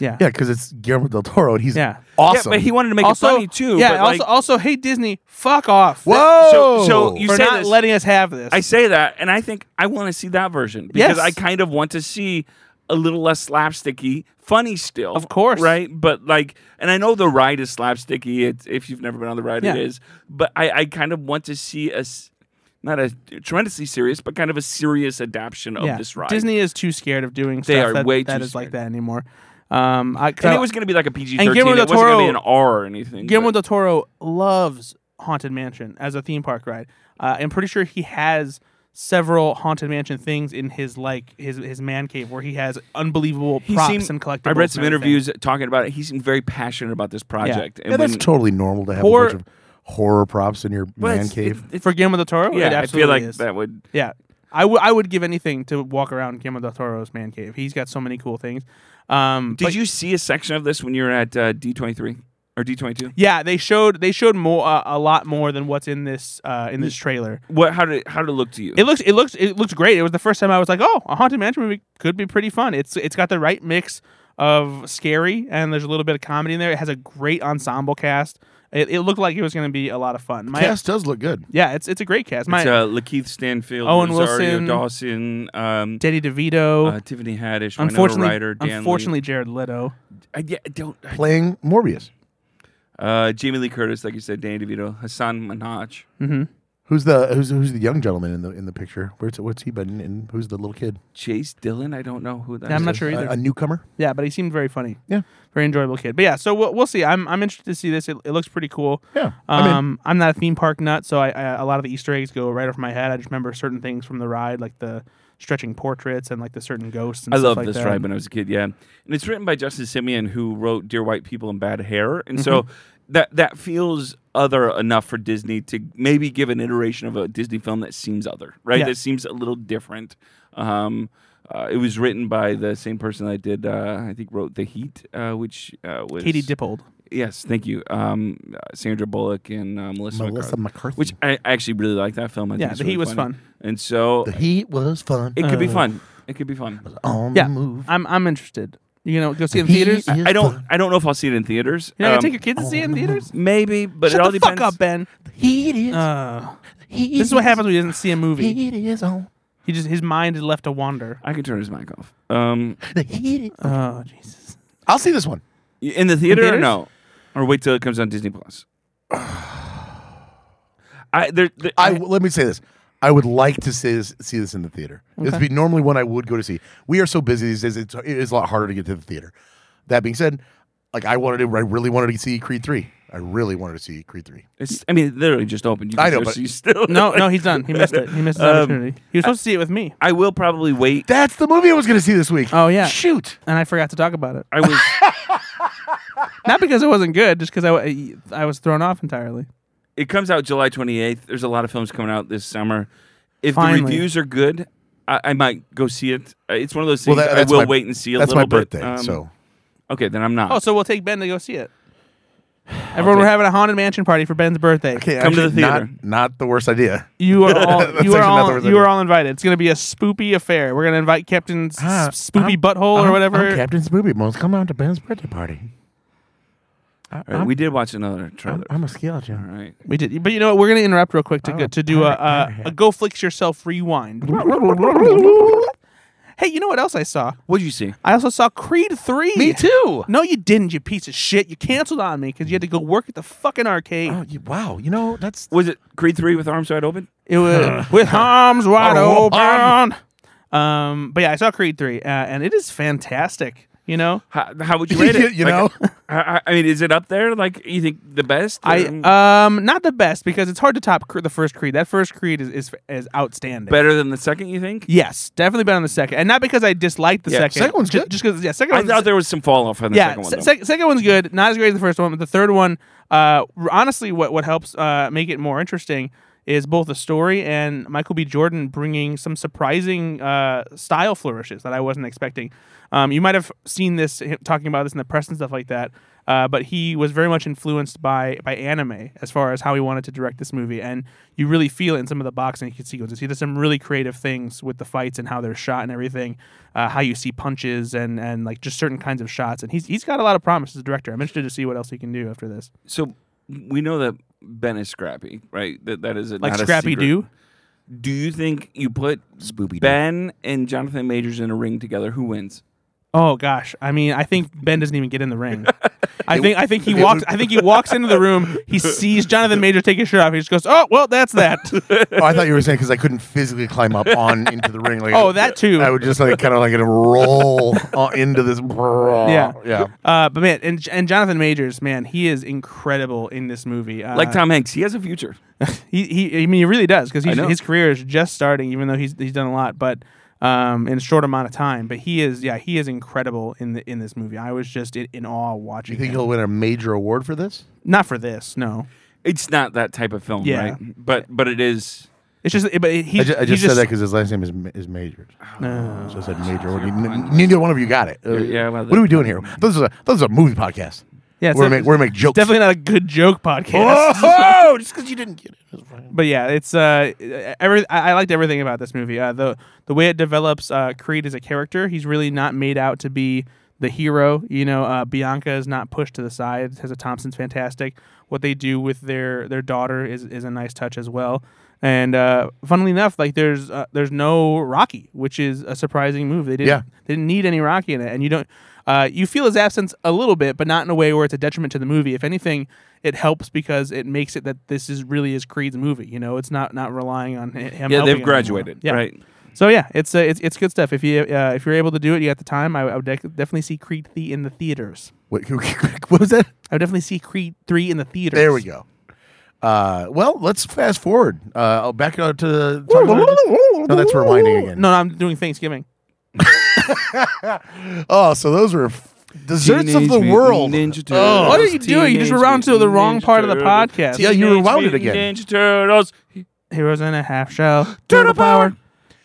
Speaker 3: yeah.
Speaker 2: Yeah, because it's Guillermo del Toro, and he's
Speaker 3: Yeah.
Speaker 2: awesome.
Speaker 4: Yeah, but he wanted to make
Speaker 3: Also,
Speaker 4: it funny too.
Speaker 3: Yeah.
Speaker 4: but,
Speaker 3: also,
Speaker 4: like,
Speaker 3: also, hey Disney, fuck off.
Speaker 2: Whoa!
Speaker 4: So- so you
Speaker 3: for
Speaker 4: say
Speaker 3: not
Speaker 4: this-
Speaker 3: letting us have this.
Speaker 4: I say that, and I think I want to see that version
Speaker 3: Yes.
Speaker 4: because I kind of want to see a little less slapsticky, funny still,
Speaker 3: Of course.
Speaker 4: right? But like, and I know the ride is slapsticky. It's, if you've never been on the ride,
Speaker 3: Yeah.
Speaker 4: it is. But I, I kind of want to see a s- not a tremendously serious, but kind of a serious adaptation of
Speaker 3: yeah.
Speaker 4: this ride.
Speaker 3: Disney is too scared of doing
Speaker 4: They
Speaker 3: stuff
Speaker 4: are
Speaker 3: that,
Speaker 4: way
Speaker 3: that
Speaker 4: too
Speaker 3: is like
Speaker 4: scared.
Speaker 3: that anymore. Um, I, 'cause
Speaker 4: and
Speaker 3: I-
Speaker 4: it was going to be like a PG
Speaker 3: And
Speaker 4: thirteen. It
Speaker 3: Guillermo del
Speaker 4: wasn't going to be
Speaker 3: Toro-
Speaker 4: an R or anything.
Speaker 3: Guillermo
Speaker 4: but-
Speaker 3: del Toro loves Haunted Mansion as a theme park ride. Uh, I'm pretty sure he has several Haunted Mansion things in his like his his man cave where he has unbelievable
Speaker 4: he
Speaker 3: props
Speaker 4: seemed-
Speaker 3: and collectibles.
Speaker 4: I read some
Speaker 3: and everything.
Speaker 4: interviews talking about it. He seemed very passionate about this project. And
Speaker 2: yeah, that's
Speaker 4: when-
Speaker 2: totally normal to have
Speaker 3: Horror-
Speaker 2: a bunch of horror props in your
Speaker 4: but
Speaker 2: man
Speaker 4: it's-
Speaker 2: cave.
Speaker 4: it- it's-
Speaker 3: for Guillermo del Toro. it
Speaker 4: yeah, I
Speaker 3: absolutely
Speaker 4: feel like
Speaker 3: is.
Speaker 4: that would
Speaker 3: Yeah, I would I would give anything to walk around Guillermo del Toro's man cave. He's got so many cool things. Um,
Speaker 4: Did
Speaker 3: but-
Speaker 4: you see a section of this when you were at uh, D23 or D22?
Speaker 3: Yeah, they showed they showed more uh, a lot more than what's in this uh, in this trailer.
Speaker 4: What? How did how did it look to you?
Speaker 3: It looks it looks it looks great. It was the first time I was like, oh, a haunted mansion movie could be pretty fun. It's it's got the right mix of scary and there's a little bit of comedy in there. It has a great ensemble cast. It, it looked like it was going to be a lot of fun. My,
Speaker 2: Cast does look good.
Speaker 3: yeah, it's it's a great cast. My
Speaker 4: it's uh, Lakeith Stanfield,
Speaker 3: Owen
Speaker 4: Rosario
Speaker 3: Wilson.
Speaker 4: Dawson, um,
Speaker 3: Danny DeVito,
Speaker 4: uh, Tiffany Haddish,
Speaker 3: unfortunately,
Speaker 4: Winona Ryder, Dan Lee.
Speaker 3: unfortunately uh, Jared Leto.
Speaker 4: I, yeah, I don't.
Speaker 2: Playing Morbius.
Speaker 4: Uh, Jamie Lee Curtis, like you said, Danny DeVito, Hassan Minhaj.
Speaker 2: Who's the who's who's the young gentleman in the in the picture? Where's what's he been in? and Who's the little kid?
Speaker 4: Chase Dillon. I don't know who that
Speaker 3: Yeah, I'm
Speaker 4: is.
Speaker 3: not sure either.
Speaker 2: A, a newcomer.
Speaker 3: Yeah, but he seemed very funny.
Speaker 2: Yeah.
Speaker 3: very enjoyable kid. But yeah, so we'll, we'll see. I'm I'm interested to see this. It, it looks pretty cool.
Speaker 2: Yeah, I'm in.
Speaker 3: Um, I'm not a theme park nut, so I, I a lot of the Easter eggs go right off my head. I just remember certain things from the ride, like the stretching portraits and like the certain ghosts. And
Speaker 4: I
Speaker 3: stuff
Speaker 4: love
Speaker 3: like
Speaker 4: this
Speaker 3: that.
Speaker 4: ride when I was a kid. Yeah, and it's written by Justin Simeon, who wrote "Dear White People and Bad Hair," and so
Speaker 3: Mm-hmm.
Speaker 4: that that feels other enough for Disney to maybe give an iteration of a Disney film that seems other, right?
Speaker 3: Yeah.
Speaker 4: That seems a little different. Um, uh, it was written by the same person that did, uh, I think, wrote "The Heat," uh, which uh, was
Speaker 3: Katie Dippold.
Speaker 4: Yes, thank you, um, uh, Sandra Bullock and uh, Melissa,
Speaker 2: Melissa
Speaker 4: McCarthy,
Speaker 2: McCarthy.
Speaker 4: which I I actually really like that film. I
Speaker 3: Yeah,
Speaker 4: think it's
Speaker 3: The
Speaker 4: really
Speaker 3: Heat was
Speaker 4: funny.
Speaker 3: fun.
Speaker 4: and so
Speaker 2: the heat was fun.
Speaker 4: it could be
Speaker 2: Uh,
Speaker 4: fun. It could be fun.
Speaker 2: On
Speaker 3: Yeah,
Speaker 2: the move.
Speaker 3: I'm I'm interested. You gonna go see it in
Speaker 2: He
Speaker 3: theaters?
Speaker 2: is-
Speaker 3: You're
Speaker 4: I don't. I don't know if I'll see it in theaters.
Speaker 3: not gonna
Speaker 4: Um,
Speaker 3: take your kids to see it in theaters?
Speaker 4: Maybe, but
Speaker 3: Shut
Speaker 4: it all
Speaker 3: the
Speaker 4: depends.
Speaker 3: fuck up, Ben.
Speaker 2: Heat is.
Speaker 3: Uh,
Speaker 2: heat
Speaker 3: this is what happens when he doesn't see a movie.
Speaker 2: Heat is on.
Speaker 3: He just his mind is left to wander.
Speaker 4: I can turn his mic off. Um,
Speaker 2: The heat. Is...
Speaker 3: Oh Jesus.
Speaker 2: I'll see this one.
Speaker 4: in the theater, or
Speaker 3: theaters?
Speaker 4: no. or wait till it comes on Disney Plus. [SIGHS] I there, there-
Speaker 2: I let me say this. I would like to see this, see this in the theater. This would be normally one I would go to see. We are so busy these days; it's, it is a lot harder to get to the theater. That being said, like I wanted to, I really wanted to see Creed three. I really wanted to see Creed three.
Speaker 4: it's, I mean, it literally just opened. You
Speaker 2: I
Speaker 4: can
Speaker 2: know,
Speaker 4: go
Speaker 2: but- [LAUGHS]
Speaker 4: see still.
Speaker 3: No, no, he's done. He missed it. He missed his
Speaker 4: Um,
Speaker 3: opportunity. He was supposed to see it with me,
Speaker 4: I will probably wait.
Speaker 2: That's the movie I was going to see this week.
Speaker 3: Oh, yeah.
Speaker 2: shoot!
Speaker 3: and I forgot to talk about it.
Speaker 4: I was.
Speaker 2: [LAUGHS]
Speaker 3: Not because it wasn't good, just because I, wa- I was thrown off entirely.
Speaker 4: it comes out July 28th. There's a lot of films coming out this summer. If
Speaker 3: Finally.
Speaker 4: the reviews are good, I, I might go see it. Uh, It's one of those
Speaker 2: Well,
Speaker 4: things
Speaker 2: that-
Speaker 4: I
Speaker 2: that's
Speaker 4: will
Speaker 2: my-
Speaker 4: wait and see a
Speaker 2: That's my
Speaker 4: little bit.
Speaker 2: birthday,
Speaker 4: Um,
Speaker 2: so
Speaker 4: okay, then I'm not.
Speaker 3: Oh, so we'll take Ben to
Speaker 2: [SIGHS]
Speaker 3: go see it. Everyone, we're having a haunted mansion party for Ben's birthday.
Speaker 2: okay,
Speaker 4: Come to the
Speaker 2: actually, not-
Speaker 4: theater.
Speaker 2: Not, the worst idea.
Speaker 3: You are all
Speaker 2: That's
Speaker 3: you
Speaker 2: actually
Speaker 3: are
Speaker 2: not the
Speaker 3: all
Speaker 2: worst
Speaker 3: you are
Speaker 2: idea.
Speaker 3: all invited. It's gonna be a spoopy affair. We're gonna invite Captain S-
Speaker 2: [LAUGHS] Ah,
Speaker 3: Spoopy
Speaker 2: I'm-
Speaker 3: Butthole or
Speaker 2: I'm-
Speaker 3: whatever.
Speaker 2: I'm Captain Spoopy Bones, come out to Ben's birthday party. I,
Speaker 4: All right,
Speaker 2: am
Speaker 4: we did watch another trailer.
Speaker 2: I'm a skeleton. [LAUGHS]
Speaker 4: All right.
Speaker 3: We did, but you know what? We're gonna interrupt real quick to go,
Speaker 2: Oh,
Speaker 3: to do a,
Speaker 2: alright,
Speaker 3: a,
Speaker 2: alright.
Speaker 3: a go flicks yourself rewind. Hey, you know what else I saw?
Speaker 4: What did you see?
Speaker 3: I also saw Creed three.
Speaker 2: Me too.
Speaker 3: No, you didn't, you piece of shit. You canceled on me because you had to go work at the fucking arcade.
Speaker 2: Oh, you, wow. You know that's
Speaker 4: Was it Creed 3 with arms wide open?
Speaker 3: It was with arms wide
Speaker 2: Oh,
Speaker 3: open. Um, but yeah, I saw Creed three, uh, and it is fantastic. You know,
Speaker 4: How, how would you
Speaker 3: [LAUGHS]
Speaker 4: rate it?
Speaker 2: You
Speaker 4: Like,
Speaker 2: know?
Speaker 4: [LAUGHS] I, I- I mean, is it up there? Like, you think the best? Um,
Speaker 3: I um not the best because it's hard to top Cre- the first Creed. That first Creed is is, is outstanding.
Speaker 4: better than the second, you think?
Speaker 3: yes, definitely better on the second, and not because I disliked the
Speaker 4: Yeah,
Speaker 3: second.
Speaker 2: second one's
Speaker 3: Ju-
Speaker 2: good.
Speaker 3: Just because yeah, second
Speaker 4: I
Speaker 3: one's
Speaker 4: thought there was some fall off on the
Speaker 3: yeah,
Speaker 4: second one.
Speaker 3: se-
Speaker 4: though.
Speaker 3: sec- second one's good, not as great as the first one, but the third one, uh, r- honestly, what what helps uh make it more interesting is both the story and Michael B. Jordan bringing some surprising uh style flourishes that I wasn't expecting. Um, you might have seen this him talking about this in the press and stuff like that. Uh, but he was very much influenced by by anime as far as how he wanted to direct this movie, and you really feel it in some of the boxing sequences. He does some really creative things with the fights and how they're shot and everything, uh, how you see punches and and like just certain kinds of shots. And he's he's got a lot of promise as a director. I'm interested to see what else he can do after this,
Speaker 4: So we know that Ben is scrappy, right? That that is a,
Speaker 3: like
Speaker 4: not a
Speaker 3: Scrappy
Speaker 4: secret.
Speaker 3: Doo.
Speaker 4: Do you think you put
Speaker 2: Spoopy.
Speaker 4: Ben and Jonathan Majors in a ring together? Who wins?
Speaker 3: Oh gosh, I mean, I think Ben doesn't even get in the
Speaker 4: [LAUGHS]
Speaker 3: ring. I think I think he walks. I think he walks into the room. He sees Jonathan Major take his shirt off. He just goes, "Oh well, that's that."
Speaker 4: [LAUGHS]
Speaker 2: Oh, I thought you were saying because I couldn't physically climb up on into the ring. Like,
Speaker 3: Oh, that too.
Speaker 2: I would just like kind of like roll on into this. [LAUGHS] Yeah, yeah.
Speaker 3: Uh, but man, and and Jonathan Majors, man, he is incredible in this movie. Uh,
Speaker 4: Like Tom Hanks, he has a future.
Speaker 3: [LAUGHS] he, he, I mean, he really does because
Speaker 4: know.
Speaker 3: his career is just starting, even though he's he's done a lot, but um, in a short amount of time. But he is, yeah, he is incredible in the in this movie. I was just in, in awe watching.
Speaker 2: You think
Speaker 3: him.
Speaker 2: he'll win a major award for this?
Speaker 3: Not for this, no.
Speaker 4: It's not that type of film,
Speaker 3: Yeah.
Speaker 4: right? But but it is.
Speaker 3: It's just, Oh, but he,
Speaker 2: I, ju- I
Speaker 3: he
Speaker 2: just said that because his last name is Ma- is Majors.
Speaker 3: No.
Speaker 2: So I said major award.
Speaker 4: you're
Speaker 2: N-
Speaker 4: fine.
Speaker 2: neither one of you got it. Uh,
Speaker 4: yeah, well,
Speaker 2: what are we doing here? This is a this is a movie podcast.
Speaker 3: Yeah, it's
Speaker 2: we're
Speaker 3: a-
Speaker 2: make we're make jokes.
Speaker 3: definitely not a good joke podcast.
Speaker 2: [LAUGHS]
Speaker 3: [LAUGHS]
Speaker 2: Oh, just because you didn't get it. That's fine.
Speaker 3: but yeah, it's uh, every I, I liked everything about this movie. Uh, the the way it develops uh, Creed as a character, he's really not made out to be the hero. You know, uh, Bianca is not pushed to the side. Tessa Thompson's fantastic. What they do with their their daughter is is a nice touch as well. And uh, funnily enough, like there's uh, there's no Rocky, which is a surprising move. They didn't
Speaker 2: Yeah.
Speaker 3: they didn't need any Rocky in it, and you don't. Uh, you feel his absence a little bit, but not in a way where it's a detriment to the movie. If anything, it helps because it makes it that this is really is Creed's movie. You know, it's not not relying on hi- him.
Speaker 4: Yeah,
Speaker 3: helping
Speaker 4: they've
Speaker 3: him
Speaker 4: graduated,
Speaker 3: anymore. Yeah.
Speaker 4: right?
Speaker 3: So yeah, it's uh, it's it's good stuff. If you uh, if you're able to do it, you got the time. I, I would dec- definitely see Creed three in the theaters.
Speaker 2: Wait, who- what was that?
Speaker 3: I would definitely see Creed three in the theaters.
Speaker 2: There we go. Uh, well, let's fast forward. Uh, I'll back out to the. talk about- No, that's rewinding again.
Speaker 3: No, no, I'm doing Thanksgiving.
Speaker 2: Oh, so those were f- desserts of the world.
Speaker 4: Oh,
Speaker 3: What are you doing? You just rewound to the wrong part of the podcast.
Speaker 2: Yeah, you rewound it again.
Speaker 3: [LAUGHS]
Speaker 4: Ninja Turtles.
Speaker 3: Heroes in a half shell.
Speaker 4: Turtle power.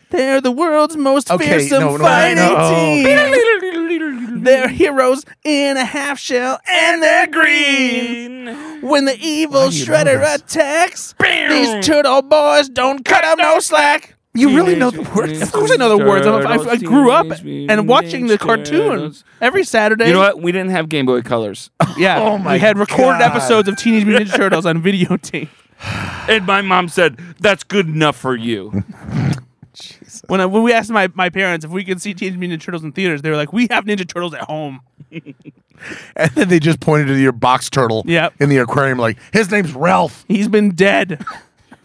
Speaker 3: They're the world's most
Speaker 2: Okay,
Speaker 3: fearsome
Speaker 2: no, Oh. no,
Speaker 3: fighting
Speaker 2: no.
Speaker 3: team. They're heroes in a half shell and they're green. When the evil
Speaker 2: Why do you know
Speaker 3: shredder
Speaker 2: this?
Speaker 3: attacks, these turtle boys don't cut them no slack.
Speaker 2: You really know the words.
Speaker 3: Of course, I know the words. I'm- I, I grew up and watching the cartoon every Saturday.
Speaker 4: You know what? We didn't have Game Boy
Speaker 3: [LAUGHS]
Speaker 4: Colors.
Speaker 3: Yeah,
Speaker 2: Oh my
Speaker 3: we had recorded
Speaker 2: God.
Speaker 3: episodes of Teenage Mutant Ninja Turtles [LAUGHS] on videotape.
Speaker 4: and my mom said, that's good enough for you.
Speaker 3: When I, when we asked my, my parents if we could see Teenage Mutant Ninja Turtles in theaters, they were like, "We have Ninja Turtles at home."
Speaker 2: and then they just pointed to your box turtle
Speaker 3: Yep.
Speaker 2: in the aquarium, like, his name's Ralph.
Speaker 3: He's been dead.
Speaker 4: [LAUGHS]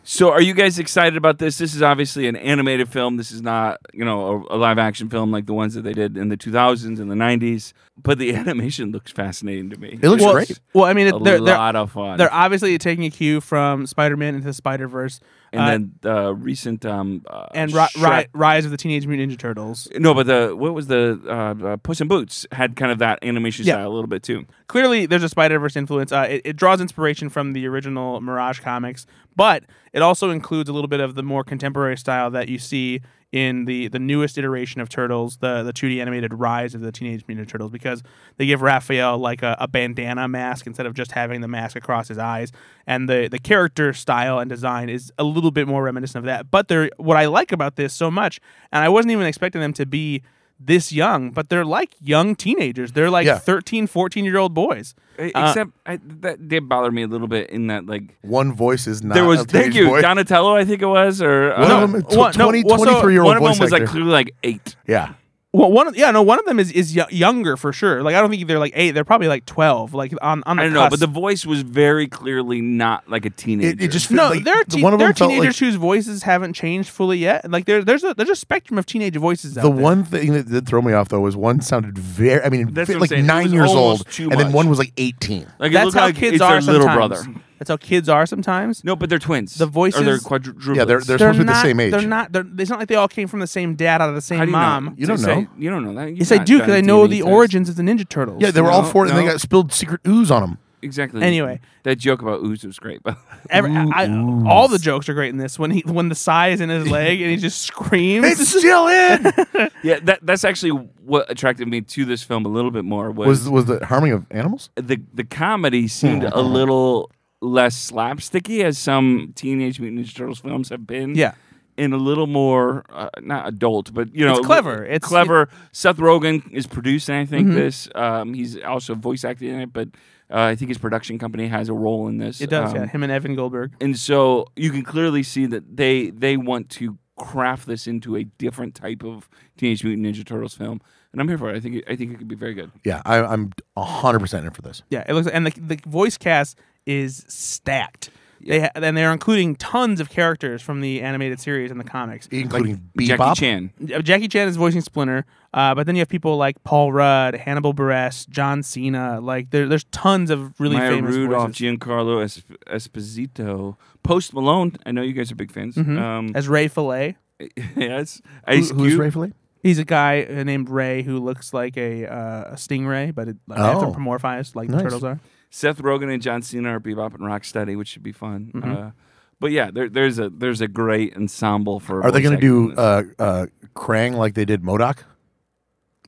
Speaker 4: So, are you guys excited about this? This is obviously an animated film. This is not, you know, a, a live action film like the ones that they did in the 2000s and the 90s. But the [LAUGHS] animation looks fascinating to me.
Speaker 2: It looks
Speaker 3: well,
Speaker 2: great.
Speaker 3: Well, I mean, it,
Speaker 4: a
Speaker 3: they're, they're,
Speaker 4: lot of fun.
Speaker 3: they're obviously taking a cue from Spider-Man into the Spider-Verse,
Speaker 4: and
Speaker 3: uh,
Speaker 4: then the recent um uh,
Speaker 3: and ri-
Speaker 4: Shrek-
Speaker 3: ri- Rise of the Teenage Mutant Ninja Turtles.
Speaker 4: No, but the what was the uh, uh, Puss in Boots had kind of that animation
Speaker 3: Yeah.
Speaker 4: style a little bit too.
Speaker 3: Clearly, there's a Spider-Verse influence. Uh, it, it draws inspiration from the original Mirage comics, but it also includes a little bit of the more contemporary style that you see in the, the newest iteration of Turtles, the, the 2D animated Rise of the Teenage Mutant Ninja Turtles, because they give Raphael like a, a bandana mask instead of just having the mask across his eyes. And the, the character style and design is a little bit more reminiscent of that. But they're, what I like about this so much, and I wasn't even expecting them to be this young, but they're like young teenagers. They're like
Speaker 2: Yeah.
Speaker 3: 13, 14 year old boys.
Speaker 4: Except I, that did bother me a little bit in that like
Speaker 2: One voice is not.
Speaker 4: there was
Speaker 2: a
Speaker 4: thank
Speaker 2: teenage
Speaker 4: you
Speaker 2: boy.
Speaker 4: Donatello I think it was or
Speaker 2: One
Speaker 4: uh,
Speaker 2: of them, tw-
Speaker 3: one- no,
Speaker 2: 20,
Speaker 3: well, so
Speaker 2: 23 year old
Speaker 4: one of them
Speaker 2: voice
Speaker 4: was like
Speaker 2: actor.
Speaker 4: clearly like eight.
Speaker 2: yeah.
Speaker 3: Well, one of, yeah, no, one of them is is y- younger for sure. Like I don't think they're like eight; they're probably like twelve. Like on on the
Speaker 4: I don't know, but
Speaker 3: cusp.
Speaker 4: the voice was very clearly not like a teenager.
Speaker 2: It, it just
Speaker 3: no,
Speaker 2: felt like
Speaker 3: there are, te-
Speaker 2: one of
Speaker 3: there are
Speaker 2: them felt
Speaker 3: teenagers
Speaker 2: like
Speaker 3: whose voices haven't changed fully yet. Like there, there's a there's a spectrum of teenage voices. out
Speaker 2: The
Speaker 3: there.
Speaker 2: one thing that did throw me off though was one sounded very. I mean,
Speaker 4: That's
Speaker 2: fit-
Speaker 4: what I'm
Speaker 2: like
Speaker 4: saying. It
Speaker 2: nine
Speaker 4: was
Speaker 2: years old,
Speaker 4: almost too
Speaker 2: and then
Speaker 4: much.
Speaker 2: one was like eighteen.
Speaker 4: like, it
Speaker 3: that's
Speaker 4: looked
Speaker 3: how
Speaker 4: like
Speaker 3: kids
Speaker 4: it's
Speaker 3: are.
Speaker 4: their little
Speaker 3: sometimes.
Speaker 4: brother.
Speaker 3: That's how kids are sometimes.
Speaker 4: No, but they're twins.
Speaker 3: The
Speaker 4: or they're
Speaker 3: voices-
Speaker 4: quadruplets.
Speaker 2: Yeah, they're- they're- supposed to be the
Speaker 3: not-
Speaker 2: same age.
Speaker 3: They're not. They're, it's not like they all came from the same dad out of the same
Speaker 4: How do you
Speaker 3: mom.
Speaker 4: Know?
Speaker 2: You don't
Speaker 4: Say-
Speaker 2: know.
Speaker 4: you don't know that.
Speaker 3: Yes, I do because I know the origins of the Ninja Turtles.
Speaker 2: Yeah, they were all
Speaker 4: No,
Speaker 2: four, and they
Speaker 4: no.
Speaker 2: got spilled secret ooze on them.
Speaker 4: Exactly.
Speaker 3: Anyway.
Speaker 4: that joke about ooze was great. But
Speaker 3: Every, I, I- all the jokes are great in this. When he when the sigh is in his leg and
Speaker 2: [LAUGHS]
Speaker 3: he just screams.
Speaker 2: It's still in.
Speaker 4: [LAUGHS] yeah, that that's actually what attracted me to this film a little bit more was,
Speaker 2: was was the harming of animals?
Speaker 4: the the comedy
Speaker 3: Hmm.
Speaker 4: seemed a little less slapsticky as some Teenage Mutant Ninja Turtles films have been.
Speaker 3: Yeah.
Speaker 4: And a little more, uh, not adult, but you know,
Speaker 3: It's clever. It's- Mm-hmm.
Speaker 4: clever. Seth Rogen is producing, I think, this. Um, he's also voice acting in it, but uh, I think his production company has a role in this.
Speaker 3: It does,
Speaker 4: Um,
Speaker 3: yeah. Him and Evan Goldberg.
Speaker 4: and so you can clearly see that they they want to craft this into a different type of Teenage Mutant Ninja Turtles film, and I'm here for it. I think it, I think it could be very good.
Speaker 2: Yeah, I, I'm hundred percent in for this.
Speaker 3: Yeah, it looks and the the voice cast is stacked. They ha- and they're including tons of characters from the animated series and the comics.
Speaker 2: E Including
Speaker 4: Jackie
Speaker 2: Bebop.
Speaker 4: Chan,
Speaker 3: Uh, Jackie Chan is voicing Splinter, uh, but then you have people like Paul Rudd, Hannibal Buress, John Cena. Like there, there's tons of really
Speaker 4: Maya
Speaker 3: famous
Speaker 4: Rudolph,
Speaker 3: voices.
Speaker 4: Giancarlo Esp- Esposito, Post Malone. I know you guys are big fans.
Speaker 3: Mm-hmm.
Speaker 4: Um,
Speaker 3: As Ray Fillet,
Speaker 4: [LAUGHS] yes,
Speaker 2: Who-
Speaker 4: Ice
Speaker 2: who's
Speaker 4: Cube.
Speaker 2: Ray Filet?
Speaker 3: he's a guy uh, named Ray who looks like a uh, a stingray, but it, like,
Speaker 2: Oh.
Speaker 3: anthropomorphized like the
Speaker 2: Nice.
Speaker 3: turtles are.
Speaker 4: Seth Rogen and John Cena are Bebop and Rocksteady, which should be fun.
Speaker 3: Mm-hmm.
Speaker 4: Uh, but yeah, there, there's a there's a great ensemble for.
Speaker 2: Are they going
Speaker 4: voice
Speaker 2: to
Speaker 4: acting in
Speaker 2: do
Speaker 4: this.
Speaker 2: uh, uh, Krang like they did Modoc?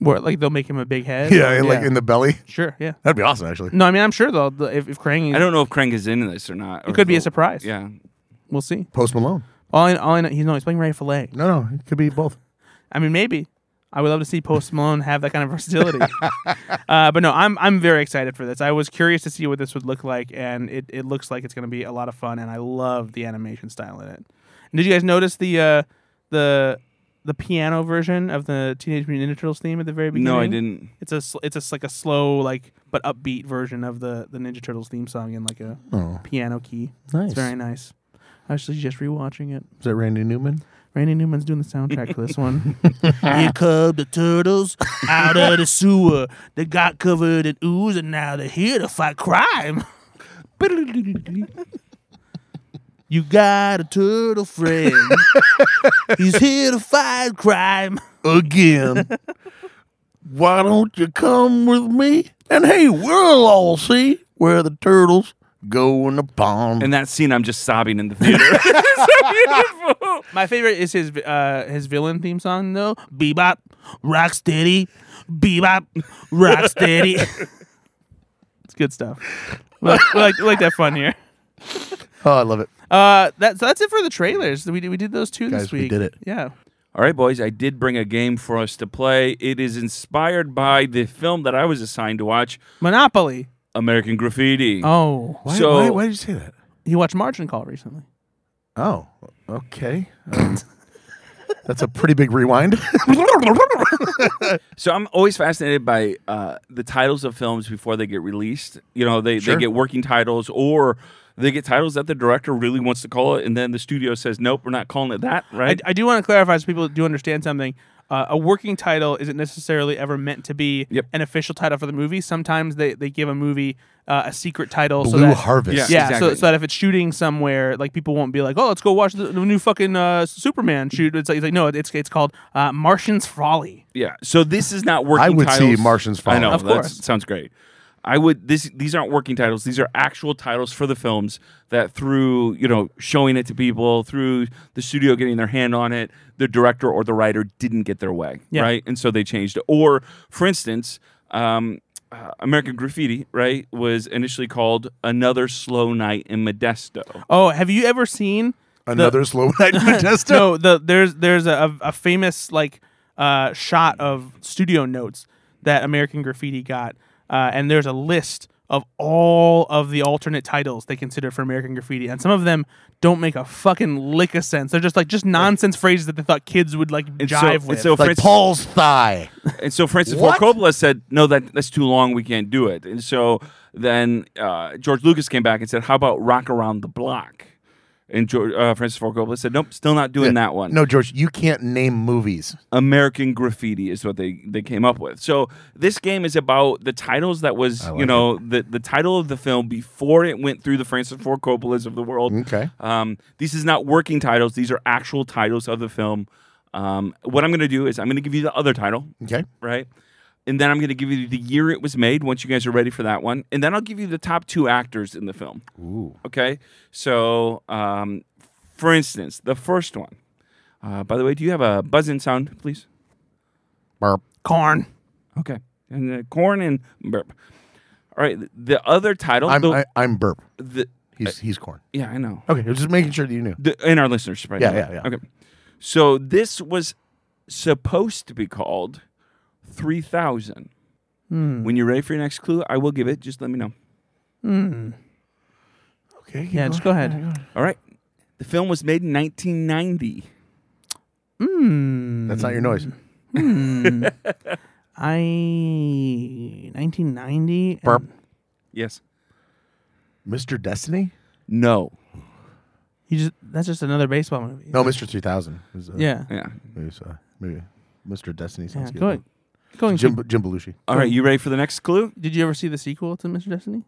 Speaker 3: Where like they'll make him a big head.
Speaker 2: Yeah, like in the belly.
Speaker 3: sure, yeah.
Speaker 2: [LAUGHS] That'd be awesome, actually.
Speaker 3: No, I mean I'm sure though the- if if Krang,
Speaker 4: I don't know if Krang is into this or not. or
Speaker 3: it could be a
Speaker 4: if they'll-
Speaker 3: surprise.
Speaker 4: Yeah,
Speaker 3: we'll see.
Speaker 2: Post Malone.
Speaker 3: All in, all in, he's no, he's playing Ray Fillet.
Speaker 2: No, no, it could be both.
Speaker 3: I mean, maybe I would love to see Post Malone have that kind of
Speaker 4: [LAUGHS]
Speaker 3: versatility. uh, but no, I'm I'm very excited for this. I was curious to see what this would look like, and it, it looks like it's going to be a lot of fun. And I love the animation style in it. And did you guys notice the uh, the the piano version of the Teenage Mutant Ninja Turtles theme at the very beginning?
Speaker 4: no, I didn't.
Speaker 3: It's a sl- it's a, s- like a slow like but upbeat version of the the Ninja Turtles theme song in like a
Speaker 2: Oh,
Speaker 3: piano key.
Speaker 2: nice.
Speaker 3: It's very nice. Actually, just rewatching it.
Speaker 2: Is that Randy Newman?
Speaker 3: Randy Newman's doing the soundtrack for this [LAUGHS] one. Here come the turtles out of the sewer. They got covered in ooze, and now they're here to fight crime. you got a turtle friend. He's here to fight crime.
Speaker 2: [LAUGHS] Again. Why don't you come with me? And hey, we'll all see where the turtles go in the pond.
Speaker 4: In that scene, I'm just sobbing in the theater. It's so beautiful.
Speaker 3: My favorite is his uh, his villain theme song though. Bebop, rocksteady, bebop, [LAUGHS] rocksteady. it's good stuff. We like, we like, we like that fun here.
Speaker 2: oh, I love it.
Speaker 3: Uh, that, so that's it for the trailers. We did, we did those two this
Speaker 2: Guys, we
Speaker 3: week.
Speaker 2: did it.
Speaker 3: Yeah.
Speaker 4: All right, boys, I did bring a game for us to play. It is inspired by the film that I was assigned to watch,
Speaker 3: Monopoly.
Speaker 4: American Graffiti.
Speaker 3: Oh,
Speaker 2: Why,
Speaker 4: So-
Speaker 2: why, why did you say that?
Speaker 3: you watched Margin Call recently.
Speaker 2: Oh, okay. Oh, Um, That's a pretty big rewind.
Speaker 4: So I'm always fascinated by uh, the titles of films before they get released. You know, they,
Speaker 2: Sure.
Speaker 4: they get working titles or they get titles that the director really wants to call it, and then the studio says, "Nope, we're not calling it that."
Speaker 3: I,
Speaker 4: Right?
Speaker 3: I do want to clarify so people do understand something. Uh, a working title isn't necessarily ever meant to be
Speaker 4: Yep.
Speaker 3: an official title for the movie. Sometimes they, they give a movie uh, a secret title. so
Speaker 2: Blue
Speaker 3: that,
Speaker 2: Harvest.
Speaker 4: Yeah.
Speaker 3: Yeah, so,
Speaker 4: Exactly.
Speaker 3: so that if it's shooting somewhere, like people won't be like, "Oh, let's go watch the, the new fucking uh, Superman shoot." It's like, it's like no, it's it's called uh, Martian's Folly.
Speaker 4: yeah. So this is not working.
Speaker 2: I would see
Speaker 4: titles.
Speaker 2: Martians
Speaker 4: I know.
Speaker 2: Falling.
Speaker 3: Of
Speaker 4: that's-
Speaker 3: course.
Speaker 4: sounds great. I would. This these aren't working titles. These are actual titles for the films that through you know showing it to people, through the studio getting their hand on it, the director or the writer didn't get their way,
Speaker 3: Yeah.
Speaker 4: right? And so they changed it. Or for instance. Um, uh, American Graffiti, right, was initially called Another Slow Night in Modesto.
Speaker 3: Oh, have you ever seen
Speaker 2: [LAUGHS] Another slow [LAUGHS] night in Modesto.
Speaker 3: [LAUGHS] No, the there's there's a, a famous like uh, shot of studio notes that American Graffiti got, uh, and there's a list of all of the alternate titles they consider for American Graffiti, and some of them don't make a fucking lick of sense. They're just like just nonsense phrases that they thought kids would like
Speaker 4: And so-
Speaker 3: jive
Speaker 4: and
Speaker 3: with.
Speaker 4: so
Speaker 2: like
Speaker 4: Fritz-
Speaker 2: Paul's thigh.
Speaker 4: And so Francis
Speaker 2: What?
Speaker 4: Ford Coppola said, "No, that that's too long. We can't do it." And so then uh, George Lucas came back and said, "How about Rock Around the Block?" And George, uh, Francis Ford Coppola said, "Nope, still not doing that one."
Speaker 2: No, George, you can't name movies.
Speaker 4: American Graffiti is what they they came up with. So this game is about the titles that was you
Speaker 2: like
Speaker 4: know the the title of the film before it went through the Francis Ford Coppolas of the world.
Speaker 2: Okay.
Speaker 4: Um, this is not working titles; these are actual titles of the film. Um, what I'm going to do is I'm going to give you the other title
Speaker 2: Okay.
Speaker 4: right? And then I'm going to give you the year it was made once you guys are ready for that one. And then I'll give you the top two actors in the film.
Speaker 2: Ooh.
Speaker 4: Okay. So, um, for instance, the first one. Uh, by the way, do you have a buzzing sound, please?
Speaker 2: Burp.
Speaker 3: Corn.
Speaker 4: Okay. And the corn and burp. All right. The other title.
Speaker 2: I'm
Speaker 4: the,
Speaker 2: I, I'm burp.
Speaker 4: the-
Speaker 2: He's he's corn.
Speaker 4: yeah, I know.
Speaker 2: Okay, just making sure that you knew.
Speaker 4: The, and our listeners, right?
Speaker 2: Yeah,
Speaker 4: now.
Speaker 2: yeah, yeah.
Speaker 4: Okay. So this was supposed to be called 3000.
Speaker 2: Hmm.
Speaker 4: When you're ready for your next clue, I will give it. Just let me know.
Speaker 2: Okay.
Speaker 3: Yeah, just go ahead.
Speaker 4: All right. The film was made in 1990.
Speaker 2: That's not your noise.
Speaker 3: Hmm.
Speaker 2: [LAUGHS]
Speaker 3: I 1990. and-
Speaker 2: Burp.
Speaker 4: Yes.
Speaker 2: Mr. Destiny?
Speaker 4: No.
Speaker 3: You just that's just another baseball movie.
Speaker 2: No, Mr. 2000. Is, uh,
Speaker 3: Yeah.
Speaker 4: Yeah.
Speaker 2: Maybe, it's, uh, maybe Mr. Destiny
Speaker 3: yeah.
Speaker 2: sounds good.
Speaker 3: Going. Going.
Speaker 2: Jim Jim Belushi.
Speaker 4: All right. You ready for the next clue?
Speaker 3: Did you ever see the sequel to Mr. Destiny?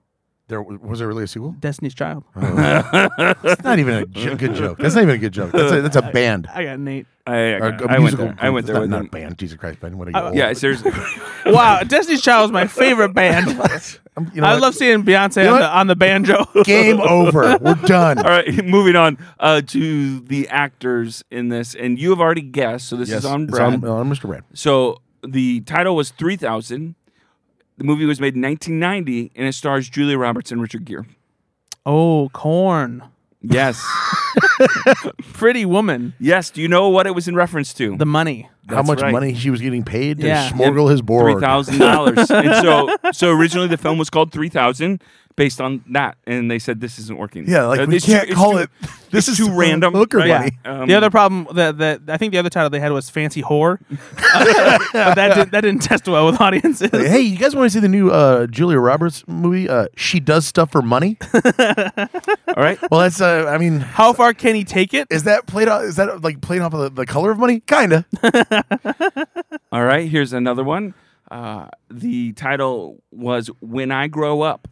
Speaker 2: There was there really a sequel?
Speaker 3: Destiny's Child.
Speaker 2: That's not even a j- good joke. That's not even a good joke. That's a,
Speaker 4: [LAUGHS]
Speaker 2: that's a band.
Speaker 3: I got Nate.
Speaker 4: I, I,
Speaker 2: Or a
Speaker 4: I went
Speaker 2: musical
Speaker 4: there. I went
Speaker 2: group. It's
Speaker 4: there with
Speaker 2: not,
Speaker 4: them.
Speaker 2: not band. Jesus Christ, Ben. What are you?
Speaker 3: I-
Speaker 2: old?
Speaker 4: Yeah, seriously.
Speaker 3: Wow, Destiny's Child is my favorite band.
Speaker 2: I'm- [LAUGHS] you know
Speaker 3: I
Speaker 2: what?
Speaker 3: love seeing Beyonce
Speaker 2: know
Speaker 3: on
Speaker 2: what?
Speaker 3: the, on the banjo.
Speaker 4: [LAUGHS]
Speaker 2: Game over. We're done.
Speaker 4: All right, [LAUGHS] moving on uh, to the actors in this, and you have already guessed, so this is on
Speaker 2: it's
Speaker 4: Brad.
Speaker 2: on Mr. Brad.
Speaker 4: so the title was 3000. The movie was made in 1990, and it stars Julia Roberts and Richard Gere.
Speaker 3: [LAUGHS] oh, Corn,
Speaker 4: Yes,
Speaker 3: Pretty Woman,
Speaker 4: [LAUGHS] yes. Do you know what it was in reference to?
Speaker 3: The Money.
Speaker 2: How
Speaker 4: That's
Speaker 2: much
Speaker 4: right.
Speaker 2: money she was getting paid to
Speaker 3: Yeah.
Speaker 2: smorgle his board?
Speaker 4: three thousand
Speaker 2: [LAUGHS]
Speaker 4: dollars. and so, so originally the film was called Three Thousand, based on that, and they said this isn't working.
Speaker 2: Yeah, like
Speaker 4: Uh,
Speaker 2: we
Speaker 4: it's too-
Speaker 2: can't
Speaker 4: it's
Speaker 2: call
Speaker 4: too-
Speaker 2: it. This is
Speaker 4: too random,
Speaker 2: Hooker
Speaker 4: right?
Speaker 2: money.
Speaker 3: Yeah.
Speaker 4: Um,
Speaker 3: the other problem that that I think the other title they had was Fancy Whore, [LAUGHS] but that did, that didn't test well with audiences.
Speaker 2: Hey, you guys want to see the new uh, Julia Roberts movie? Uh, she does stuff for
Speaker 4: [LAUGHS]
Speaker 2: money.
Speaker 4: All right,
Speaker 2: Well, that's. Uh, I mean,
Speaker 3: How far can he take it?
Speaker 2: is that played off? Is that like playing off of the, the color of money?
Speaker 4: [LAUGHS]
Speaker 2: Kinda.
Speaker 4: all right. Here's another one. Uh, the title was "When I Grow Up."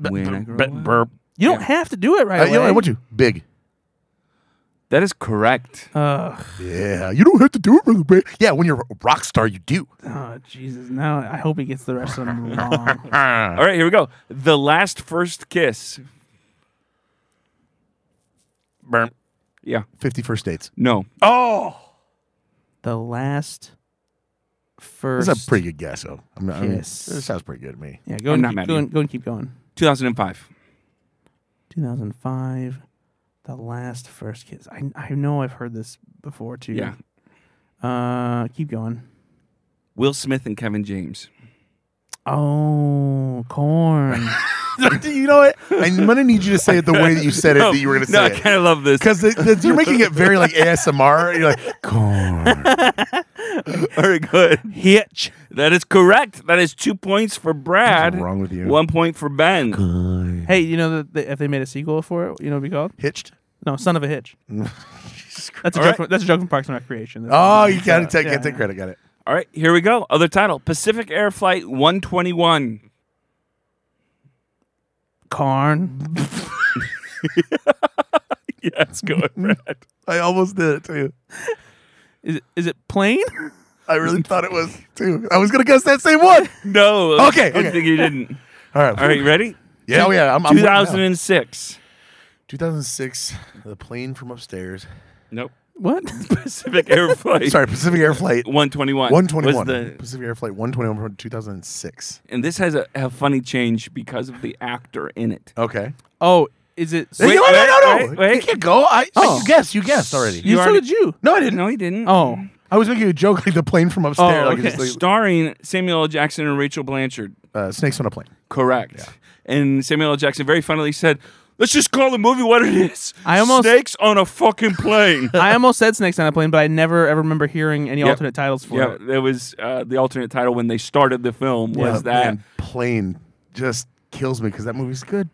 Speaker 4: When I grow up.
Speaker 3: You don't have to do it right
Speaker 2: Uh,
Speaker 3: away.
Speaker 2: you know, what you big?
Speaker 4: That is correct.
Speaker 3: Ugh.
Speaker 2: Yeah, you don't have to do it really big. Yeah, when you're a rock star, you
Speaker 4: [LAUGHS]
Speaker 2: do.
Speaker 3: oh, Jesus! Now I hope he gets the rest of them
Speaker 2: [LAUGHS]
Speaker 3: wrong.
Speaker 4: All right, here we go. The last first kiss. Burp. Yeah.
Speaker 2: Fifty first dates.
Speaker 4: No.
Speaker 3: Oh. the last first.
Speaker 2: That's a pretty good guess, though. I'm not, I mean,
Speaker 3: Yes.
Speaker 2: it sounds pretty good to me.
Speaker 3: Yeah, go
Speaker 4: I'm
Speaker 3: and
Speaker 4: not
Speaker 3: keep,
Speaker 4: mad at
Speaker 3: go,
Speaker 4: you.
Speaker 3: and, go and keep going.
Speaker 4: 2005.
Speaker 3: 2005, the last first kiss. I I know I've heard this before too.
Speaker 4: Yeah.
Speaker 3: Uh, keep going.
Speaker 4: Will Smith and Kevin James. [LAUGHS]
Speaker 3: Oh, corn.
Speaker 2: [LAUGHS] you know what? I'm gonna need you to say it the way that you said it that you were gonna
Speaker 4: [LAUGHS] no,
Speaker 2: say
Speaker 4: I kind of love this.
Speaker 2: because you're making it very like ASMR. You're
Speaker 4: [LAUGHS]
Speaker 2: like corn.
Speaker 4: Very good.
Speaker 3: Hitch.
Speaker 4: That is correct. That is two points for Brad.
Speaker 2: What's wrong with you?
Speaker 4: One point for Ben.
Speaker 3: Hey, you know that they, if they made a sequel for it, you know what it'd be called?
Speaker 2: Hitched.
Speaker 3: No, Son of a
Speaker 4: [LAUGHS]
Speaker 3: Hitch. that's a
Speaker 4: All
Speaker 3: joke.
Speaker 4: right.
Speaker 3: From, that's a joke from Parks and Recreation. That's
Speaker 2: Oh, you gotta take,
Speaker 3: yeah,
Speaker 2: can't take
Speaker 3: yeah.
Speaker 2: credit. Got it.
Speaker 4: All right, here we go. Other title: Pacific Air Flight 121. [LAUGHS]
Speaker 3: Carn.
Speaker 4: Yes, [LAUGHS] go ahead, Brad.
Speaker 2: [LAUGHS] I almost did it too.
Speaker 3: Is it, is it plane?
Speaker 2: I
Speaker 4: [LAUGHS]
Speaker 2: really thought it was too. I was gonna guess that same one.
Speaker 4: [LAUGHS] No.
Speaker 2: Okay,
Speaker 4: Good
Speaker 2: okay.
Speaker 4: thing you didn't.
Speaker 2: All right.
Speaker 4: All right, you ready?
Speaker 2: Yeah. Oh yeah. [LAUGHS] I'm, I'm winning now.
Speaker 4: 2006.
Speaker 2: 2006. The plane from upstairs.
Speaker 4: Nope.
Speaker 3: [LAUGHS] What?
Speaker 4: [LAUGHS] Pacific
Speaker 2: [LAUGHS]
Speaker 4: Air Flight.
Speaker 2: Sorry, Pacific Air Flight
Speaker 4: 121. was
Speaker 2: 121.
Speaker 4: the-
Speaker 2: Pacific Air Flight 121 from 2006.
Speaker 4: and this has a, a funny change because of the actor in it.
Speaker 2: Okay.
Speaker 3: Oh, is it?
Speaker 2: Wait,
Speaker 4: Wait,
Speaker 2: no, no, no,
Speaker 4: wait,
Speaker 2: no.
Speaker 4: wait.
Speaker 2: You can't go. I,
Speaker 3: Oh.
Speaker 2: I you guessed. You guessed already.
Speaker 3: you,
Speaker 4: you
Speaker 3: so
Speaker 4: already-
Speaker 3: did you.
Speaker 2: no, I didn't.
Speaker 4: No, he didn't.
Speaker 3: Oh,
Speaker 2: I was making a joke like the plane from upstairs.
Speaker 3: Oh,
Speaker 2: like,
Speaker 3: okay.
Speaker 2: it's like,
Speaker 4: Starring Samuel L. Jackson and Rachel Blanchard.
Speaker 2: uh, snakes on a plane.
Speaker 4: Correct. And Samuel L. Jackson very funnily said, "Let's just call the movie what it is."
Speaker 3: I almost-
Speaker 4: snakes on a
Speaker 2: [LAUGHS]
Speaker 4: fucking plane.
Speaker 3: I almost said Snakes on a Plane, but I never ever remember hearing any
Speaker 4: Yep.
Speaker 3: alternate titles for
Speaker 4: yeah,
Speaker 3: it.
Speaker 4: that was uh, the alternate title when they started the film. Was
Speaker 2: Oh,
Speaker 4: that?
Speaker 2: man, plane just kills me because that movie's good.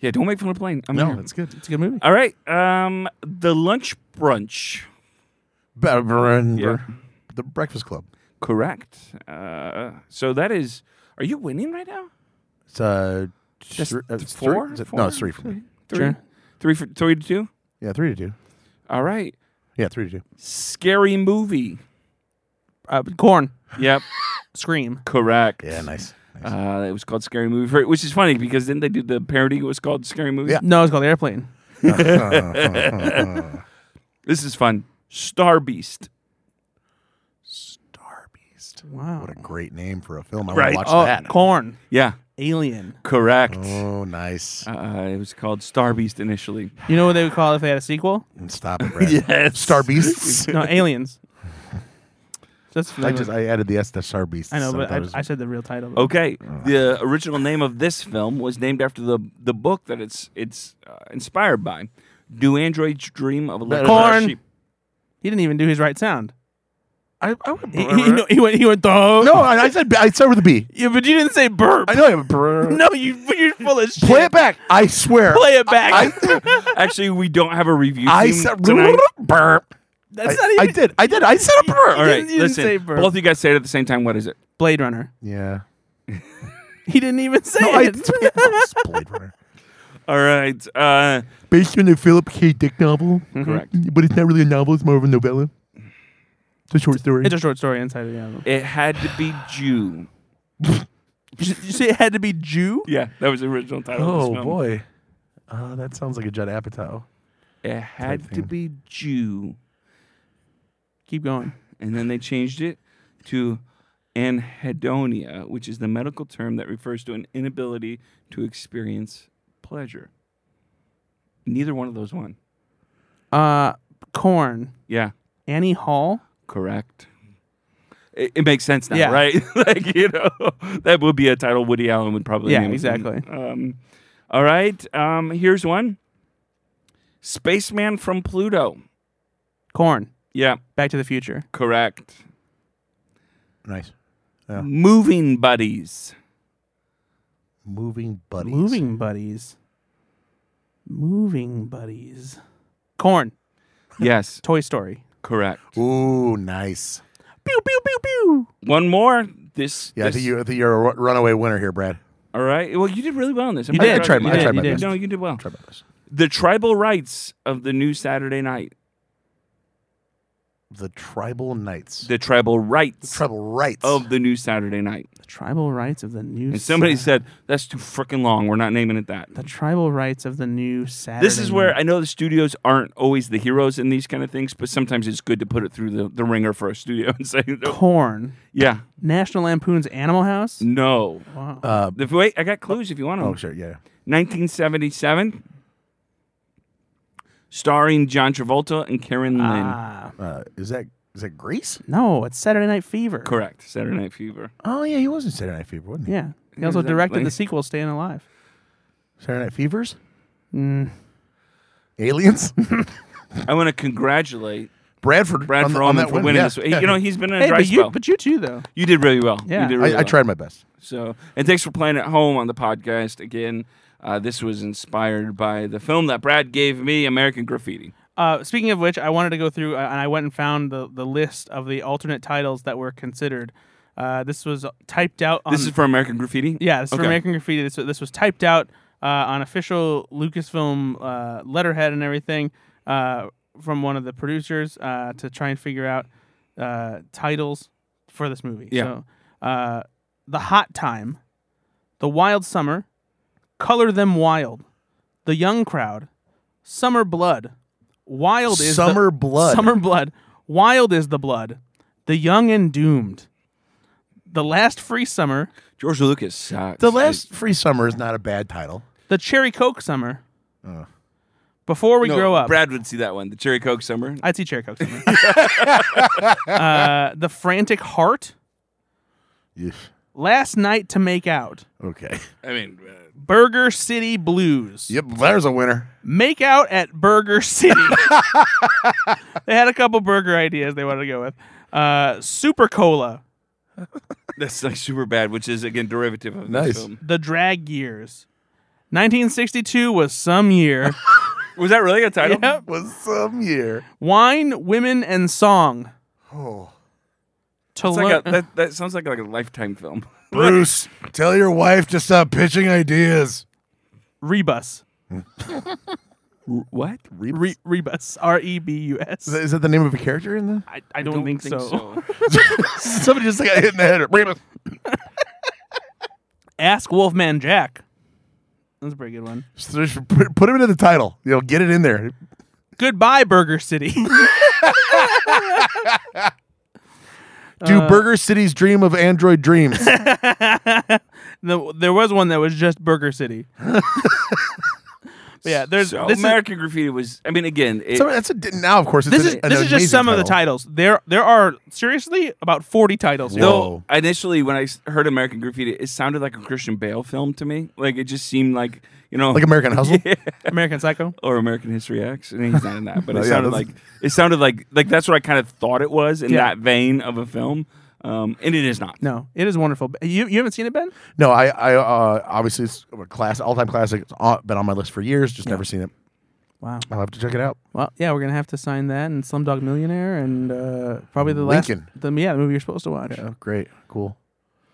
Speaker 4: Yeah, don't make fun of the plane. I'm
Speaker 2: No,
Speaker 4: here.
Speaker 2: it's good.
Speaker 3: It's a good movie.
Speaker 4: All right. Um, the lunch brunch.
Speaker 2: Yeah. The Breakfast Club.
Speaker 4: Correct. Uh, so that is. Are you winning right now?
Speaker 2: It's uh,
Speaker 4: That's
Speaker 2: thr- uh, it's three-
Speaker 4: four?
Speaker 2: is it-
Speaker 4: Four?
Speaker 2: No, it's three for me.
Speaker 4: Three,
Speaker 3: Sure.
Speaker 4: three for three to two.
Speaker 2: Yeah, three to two.
Speaker 4: All right.
Speaker 2: Yeah, three to two.
Speaker 4: Scary movie.
Speaker 3: Uh, corn.
Speaker 4: Yep.
Speaker 3: Scream.
Speaker 4: Correct.
Speaker 2: Yeah, nice. nice.
Speaker 4: Uh, it was called Scary Movie, for- which is funny because didn't they do the parody? It was called Scary Movie.
Speaker 2: Yeah.
Speaker 3: No, it's called Airplane.
Speaker 4: This is fun. Star Beast.
Speaker 2: Star Beast.
Speaker 3: Wow.
Speaker 2: What a great name for a film. I
Speaker 4: Right.
Speaker 2: want to
Speaker 3: Oh,
Speaker 2: watch that.
Speaker 3: corn.
Speaker 4: Yeah,
Speaker 3: Alien.
Speaker 4: correct.
Speaker 2: Oh, nice.
Speaker 4: Uh, it was called Star Beast initially.
Speaker 3: You know what they would call it if they had a sequel?
Speaker 2: Stop it, Brad.
Speaker 4: Yes.
Speaker 2: Star Beasts. [LAUGHS]
Speaker 3: [LAUGHS] No, aliens. That's
Speaker 2: I just I added the S to Star Beasts.
Speaker 3: I know,
Speaker 2: so
Speaker 3: but
Speaker 2: that
Speaker 3: I,
Speaker 2: was-
Speaker 3: I said the real title.
Speaker 4: Okay. The original name of this film was named after the the book that it's it's uh, inspired by. Do androids dream of electric
Speaker 3: Corn.
Speaker 4: sheep?
Speaker 3: He didn't even do his right sound.
Speaker 2: I, I [LAUGHS] would
Speaker 3: He, he, [LAUGHS] no, he went. He went. Duh.
Speaker 2: no, I, I said I started with a B.
Speaker 3: Yeah, but you didn't say burp.
Speaker 2: I know. I have a
Speaker 3: [LAUGHS]
Speaker 2: brr.
Speaker 3: No, you. You're full of shit.
Speaker 2: Play it back. I swear.
Speaker 3: Play it back.
Speaker 2: I,
Speaker 4: Actually, we don't have a review
Speaker 2: I
Speaker 4: team
Speaker 2: said
Speaker 4: [LAUGHS] tonight.
Speaker 2: [LAUGHS] burp.
Speaker 3: [LAUGHS] That's
Speaker 2: I,
Speaker 3: not even
Speaker 2: I did. I did. I said a burp.
Speaker 4: All right,
Speaker 3: didn't even say
Speaker 4: listen.
Speaker 3: burp.
Speaker 4: Both of you guys say it at the same time. What is it?
Speaker 3: Blade Runner.
Speaker 2: Yeah.
Speaker 3: He didn't even say
Speaker 2: No, I
Speaker 3: it.
Speaker 2: it's Blade Runner.
Speaker 4: All right. Uh, mm-hmm.
Speaker 2: Based on the Philip K. Dick novel,
Speaker 4: Correct.
Speaker 2: But it's not really a novel; it's more of a novella. It's a short story.
Speaker 3: It's a short story inside of the album.
Speaker 4: It had to be Jew.
Speaker 3: Did you say it had to be Jew?
Speaker 4: Yeah, that was the original title. of this
Speaker 2: oh
Speaker 4: film.
Speaker 2: boy, uh, that sounds like a Judd Apatow.
Speaker 4: It had to
Speaker 2: thing.
Speaker 4: be Jew,
Speaker 3: Keep going.
Speaker 4: and then they changed it to anhedonia, which is the medical term that refers to an inability to experience pleasure. Neither one of those won.
Speaker 3: Uh, Corn.
Speaker 4: Yeah,
Speaker 3: Annie Hall.
Speaker 4: correct. It, it makes sense now,
Speaker 3: Yeah.
Speaker 4: right? [LAUGHS] like you know, that would be a title Woody Allen would probably.
Speaker 3: Yeah,
Speaker 4: name his film.
Speaker 3: exactly.
Speaker 4: Um, all right, um, here's one. Spaceman from Pluto.
Speaker 3: Corn.
Speaker 4: Yeah,
Speaker 3: Back to the Future.
Speaker 4: correct.
Speaker 2: Nice. Yeah.
Speaker 4: Moving buddies.
Speaker 2: Moving buddies.
Speaker 3: Moving buddies. Moving buddies. Corn.
Speaker 4: Yes,
Speaker 3: Toy Story.
Speaker 4: correct.
Speaker 2: Ooh, nice.
Speaker 3: Pew pew pew pew.
Speaker 4: One more. This.
Speaker 2: Yeah, I
Speaker 4: this-
Speaker 2: think, you, I think you're a ru- runaway winner here, Brad.
Speaker 4: All right. Well, you did really well on this. I'm
Speaker 3: You
Speaker 4: proud
Speaker 3: did.
Speaker 4: of
Speaker 3: I tried
Speaker 4: you.
Speaker 3: my- I
Speaker 4: You
Speaker 3: tried
Speaker 4: did,
Speaker 3: my
Speaker 4: you did.
Speaker 3: best.
Speaker 4: No, you did well.
Speaker 2: Try about this.
Speaker 4: The tribal rights of the new Saturday night.
Speaker 2: The Tribal Knights.
Speaker 4: The tribal rights
Speaker 2: Tribal Rights.
Speaker 4: of the new Saturday night.
Speaker 3: The tribal rights of the new.
Speaker 4: And somebody
Speaker 3: Sa-
Speaker 4: said that's too freaking long. We're not naming it that.
Speaker 3: the tribal rights of the new Saturday.
Speaker 4: This is where
Speaker 3: night.
Speaker 4: I know the studios aren't always the heroes in these kind of things, but sometimes it's good to put it through the, the ringer for a studio [LAUGHS] and say, no.
Speaker 3: Corn.
Speaker 4: yeah,
Speaker 3: National Lampoon's Animal House.
Speaker 4: no.
Speaker 3: Wow.
Speaker 2: Uh,
Speaker 4: The, wait, I got clues if you want to.
Speaker 2: oh, sure. Yeah.
Speaker 4: 1977, starring John Travolta and Karen Lynn.
Speaker 3: Ah.
Speaker 2: Uh, is that is that Grease?
Speaker 3: no, it's Saturday Night Fever.
Speaker 4: Correct. Saturday Night Fever.
Speaker 2: Oh yeah, he was in Saturday Night Fever, wasn't he?
Speaker 3: Yeah. He also
Speaker 4: Exactly.
Speaker 3: directed the sequel, Staying Alive.
Speaker 2: Saturday Night Fevers?
Speaker 4: Mm.
Speaker 2: Aliens? [LAUGHS]
Speaker 4: I want to congratulate
Speaker 2: Bradford.
Speaker 4: Brad
Speaker 2: on, the-
Speaker 4: for
Speaker 2: on
Speaker 4: Ullman
Speaker 2: that
Speaker 4: for
Speaker 2: win.
Speaker 4: winning
Speaker 2: Yeah,
Speaker 4: this. He-
Speaker 2: yeah.
Speaker 4: You know, he's been in a
Speaker 3: Hey,
Speaker 4: dry
Speaker 3: but
Speaker 4: spell.
Speaker 3: you, but you too though.
Speaker 4: you did really well.
Speaker 3: Yeah.
Speaker 4: you did
Speaker 3: I-
Speaker 2: I,
Speaker 4: really
Speaker 2: I
Speaker 4: well.
Speaker 2: tried my best.
Speaker 4: So, and thanks for playing at home on the podcast again. Uh, this was inspired by the film that Brad gave me, American Graffiti.
Speaker 3: Uh, speaking of which, I wanted to go through uh, and I went and found the, the list of the alternate titles that were considered. Uh, this was typed out on
Speaker 4: This is for American Graffiti.
Speaker 3: yeah, this is for
Speaker 4: Okay.
Speaker 3: American Graffiti. This this was typed out uh, on official Lucasfilm uh, letterhead and everything uh, from one of the producers uh, to try and figure out uh, titles for this movie.
Speaker 4: Yeah.
Speaker 3: So, uh, the Hot Time, The Wild Summer, Color Them Wild, The Young Crowd, Summer Blood, Wild is the-
Speaker 2: Summer Blood.
Speaker 3: Summer Blood. Wild is the blood. The young and doomed. The last free summer.
Speaker 4: George Lucas sucks.
Speaker 2: The last free summer is not a bad title.
Speaker 3: The cherry coke summer. Before we
Speaker 4: No,
Speaker 3: grow up,
Speaker 4: Brad would see that one, the Cherry Coke Summer.
Speaker 3: I'd see cherry coke summer. [LAUGHS] uh, the frantic heart.
Speaker 2: Yes.
Speaker 3: Last night to make out.
Speaker 2: Okay.
Speaker 4: I mean, uh,
Speaker 3: Burger City
Speaker 2: [LAUGHS]
Speaker 3: Blues.
Speaker 2: Yep, there's a winner.
Speaker 3: Make out at Burger City. [LAUGHS] they had a couple burger ideas they wanted to go with. Uh, Super Cola.
Speaker 4: that's like super bad, which is again derivative of
Speaker 2: Nice.
Speaker 4: this film.
Speaker 3: The drag years. 1962 was some
Speaker 4: [LAUGHS]
Speaker 3: year.
Speaker 4: Was that really a title?
Speaker 3: Yep.
Speaker 2: Was some year.
Speaker 3: Wine, Women, and Song.
Speaker 2: Oh.
Speaker 3: To
Speaker 4: It's like a,
Speaker 3: learn,
Speaker 4: that, that sounds like a, like a lifetime film.
Speaker 2: Bruce, tell your wife to stop pitching ideas.
Speaker 3: rebus,
Speaker 4: What?
Speaker 3: Re- rebus, R E B U
Speaker 2: Is
Speaker 3: S.
Speaker 2: that- is that the name of a character in there?
Speaker 3: I, I don't, think, so.
Speaker 2: [LAUGHS] Somebody just got hit in the head.
Speaker 3: [LAUGHS] Ask Wolfman Jack. That's a pretty good one.
Speaker 2: Just- just Put, put him into the title. You know, get it in there.
Speaker 3: Goodbye, Burger City. [LAUGHS]
Speaker 2: Do
Speaker 3: Uh,
Speaker 2: Burger City's dream of Android
Speaker 3: [LAUGHS]
Speaker 2: dreams.
Speaker 3: No, there was one that was just Burger City. [LAUGHS] But yeah, there's
Speaker 4: So
Speaker 3: [LAUGHS] this is-
Speaker 4: American Graffiti was. I mean, again, it,
Speaker 2: So that's a, now, of course, it's
Speaker 3: this is
Speaker 2: an- an
Speaker 3: this is
Speaker 2: amazing
Speaker 3: just some of the
Speaker 2: title.
Speaker 3: titles. There there are seriously about forty titles.
Speaker 2: Whoa.
Speaker 4: Though initially, when I s- heard American Graffiti, it sounded like a Christian Bale film to me. Like it just seemed like you know,
Speaker 2: Like American
Speaker 3: [LAUGHS]
Speaker 2: Hustle.
Speaker 3: [LAUGHS] American Psycho.
Speaker 4: or American History X. And he's not
Speaker 2: [LAUGHS]
Speaker 4: in that, but
Speaker 2: No,
Speaker 4: it
Speaker 2: yeah,
Speaker 4: sounded
Speaker 2: that's-
Speaker 4: like it sounded like like that's what I kind of thought it was in
Speaker 3: Yeah.
Speaker 4: that vein of a film. Um, and it is not.
Speaker 3: No, it is wonderful. You you haven't seen it, Ben?
Speaker 2: No, I, I uh, obviously it's a class, all time classic. It's on, been on my list for years, just never seen it.
Speaker 3: Wow.
Speaker 2: I'll have to check it out.
Speaker 3: Well, yeah, we're gonna have to sign that and Slumdog Millionaire and uh, probably the
Speaker 2: Lincoln.
Speaker 3: last, the, yeah, the movie you're supposed to watch.
Speaker 2: Oh, great, cool.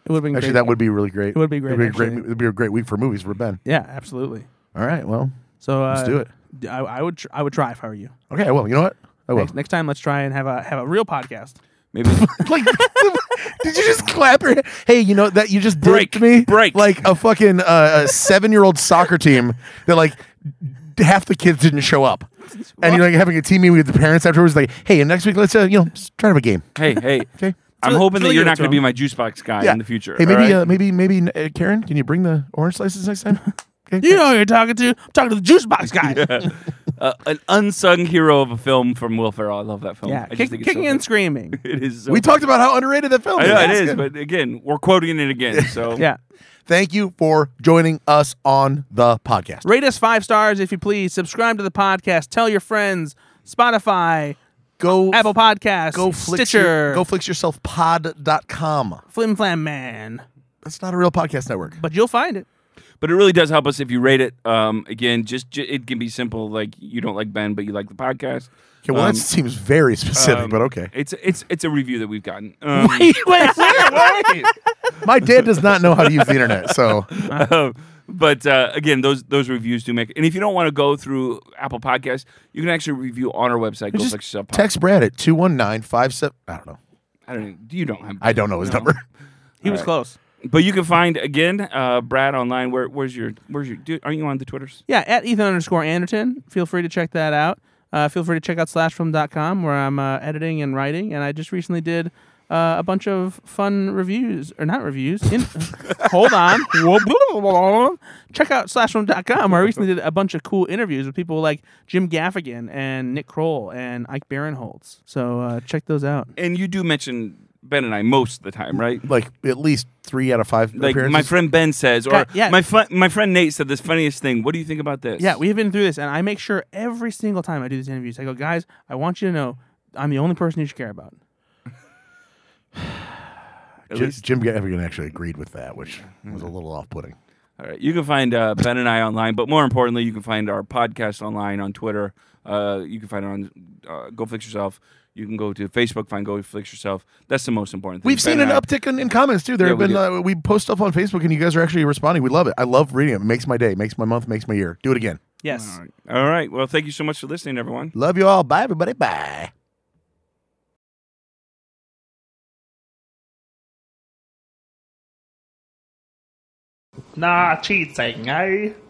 Speaker 3: It would have been
Speaker 2: Actually,
Speaker 3: great.
Speaker 2: that would be really great. It
Speaker 3: would be
Speaker 2: It'd
Speaker 3: great,
Speaker 2: be a great,
Speaker 3: actually.
Speaker 2: it'd be a great week for movies for Ben.
Speaker 3: yeah, absolutely.
Speaker 2: All right, well,
Speaker 3: So uh,
Speaker 2: Let's do it.
Speaker 3: d- I, I would tr- I would try if I were you.
Speaker 2: okay, I will. You know what? I will.
Speaker 3: Next, next time, let's try and have a have a real podcast.
Speaker 4: Maybe
Speaker 2: like, [LAUGHS] did you just clap your? Hey, you know that you just did
Speaker 4: Break,
Speaker 2: to me,
Speaker 4: break.
Speaker 2: like a fucking uh, a seven year old soccer team that like d- half the kids didn't show up, and you're like having a team meeting with the parents afterwards. Like, hey, and next week let's uh, you know s- try to have a game.
Speaker 4: hey, hey.
Speaker 2: [LAUGHS] Okay.
Speaker 4: I'm hoping
Speaker 3: really
Speaker 4: that
Speaker 3: give
Speaker 4: you're
Speaker 3: it
Speaker 4: not
Speaker 3: to
Speaker 4: going to be
Speaker 3: him.
Speaker 4: my juice box guy in the future.
Speaker 2: Hey,
Speaker 4: all
Speaker 2: maybe
Speaker 4: right?
Speaker 2: uh, maybe maybe uh, Karen, can you bring the orange slices next
Speaker 4: [LAUGHS]
Speaker 2: time? Okay.
Speaker 3: You know who you're talking to. I'm talking to the juice box guy. yeah,
Speaker 4: Uh, an unsung hero of a film from Will Ferrell. I love that film. I just
Speaker 3: kick-
Speaker 4: think it's so
Speaker 3: kicking and screaming.
Speaker 4: good. It is. So
Speaker 2: We talked about how underrated that film
Speaker 4: I
Speaker 2: is.
Speaker 4: know it is, but again, we're quoting it
Speaker 2: [LAUGHS]
Speaker 4: again. So
Speaker 3: Yeah,
Speaker 2: Thank you for joining us on the podcast.
Speaker 3: rate us five stars if you please. Subscribe to the podcast. Tell your friends. Spotify,
Speaker 2: Go
Speaker 3: Apple Podcasts,
Speaker 2: go flicks
Speaker 3: Stitcher,
Speaker 2: Your, go flix yourself pod.com.
Speaker 3: Flim Flam Man.
Speaker 2: That's not a real podcast network.
Speaker 3: But you'll find it.
Speaker 4: but it really does help us if you rate it. Um, again, just j- it can be simple. Like you don't like Ben, but you like the podcast.
Speaker 2: Okay, well,
Speaker 4: Um,
Speaker 2: that seems very specific,
Speaker 4: um,
Speaker 2: but okay.
Speaker 4: It's it's it's a review that
Speaker 2: [LAUGHS]
Speaker 4: we've gotten.
Speaker 3: [LAUGHS]
Speaker 4: Um,
Speaker 3: Wait, wait, wait.
Speaker 4: [LAUGHS]
Speaker 2: My dad does not know how to use the internet, so
Speaker 4: um, but uh, again, those those reviews do make. And if you don't want to go through Apple Podcasts, you can actually review on our website. Go
Speaker 2: just
Speaker 4: fix yourself. Pod-
Speaker 2: text Brad at 21957. I don't know.
Speaker 4: I don't. even- You don't have.
Speaker 2: I don't know his number. [LAUGHS]
Speaker 3: He was close.
Speaker 4: But you can find again uh, Brad online. Where where's your where's your? Do, aren't you on the Twitters?
Speaker 3: Yeah, at Ethan underscore Anderton. Feel free to check that out. Uh, feel free to check out slashfilm.com where I'm uh, editing and writing. And I just recently did uh, a bunch of fun reviews, or not reviews. In- [LAUGHS] hold on. [LAUGHS] check out slashfilm.com where I recently did a bunch of cool interviews with people like Jim Gaffigan and Nick Kroll and Ike Barinholtz. So uh, check those out.
Speaker 4: And you do mention Ben and I most of the time, right?
Speaker 2: Like at least three out of five
Speaker 4: Like
Speaker 2: appearances.
Speaker 4: my friend Ben says, or
Speaker 3: God, yeah.
Speaker 4: my fu- my friend Nate said this funniest thing. What do you think about this?
Speaker 3: Yeah, we've been through this, and I make sure every single time I do these interviews, I go, guys, I want you to know I'm the only person you should care about.
Speaker 4: At
Speaker 2: Jim,
Speaker 4: least-
Speaker 2: Jim Gaffigan actually agreed with that, which was
Speaker 4: Mm.
Speaker 2: a little off-putting.
Speaker 4: All right. You can find uh, Ben and I online, but more importantly, you can find our podcast online on Twitter. Uh, you can find it on uh, Go Fix Yourself. You can go to Facebook, find Go Fix Yourself. That's the most important thing.
Speaker 2: We've
Speaker 4: Ben
Speaker 2: seen an
Speaker 4: and I-
Speaker 2: uptick in, in comments too. There
Speaker 4: Yeah,
Speaker 2: have
Speaker 4: we
Speaker 2: been uh, we post stuff on Facebook, and you guys are actually responding. We love it. I love reading it. it. Makes my day. Makes my month. Makes my year. Do it again.
Speaker 3: Yes.
Speaker 4: All right. Well, thank you so much for listening, everyone.
Speaker 2: Love you all. Bye, everybody. Bye.
Speaker 5: Nah, cheating, eh?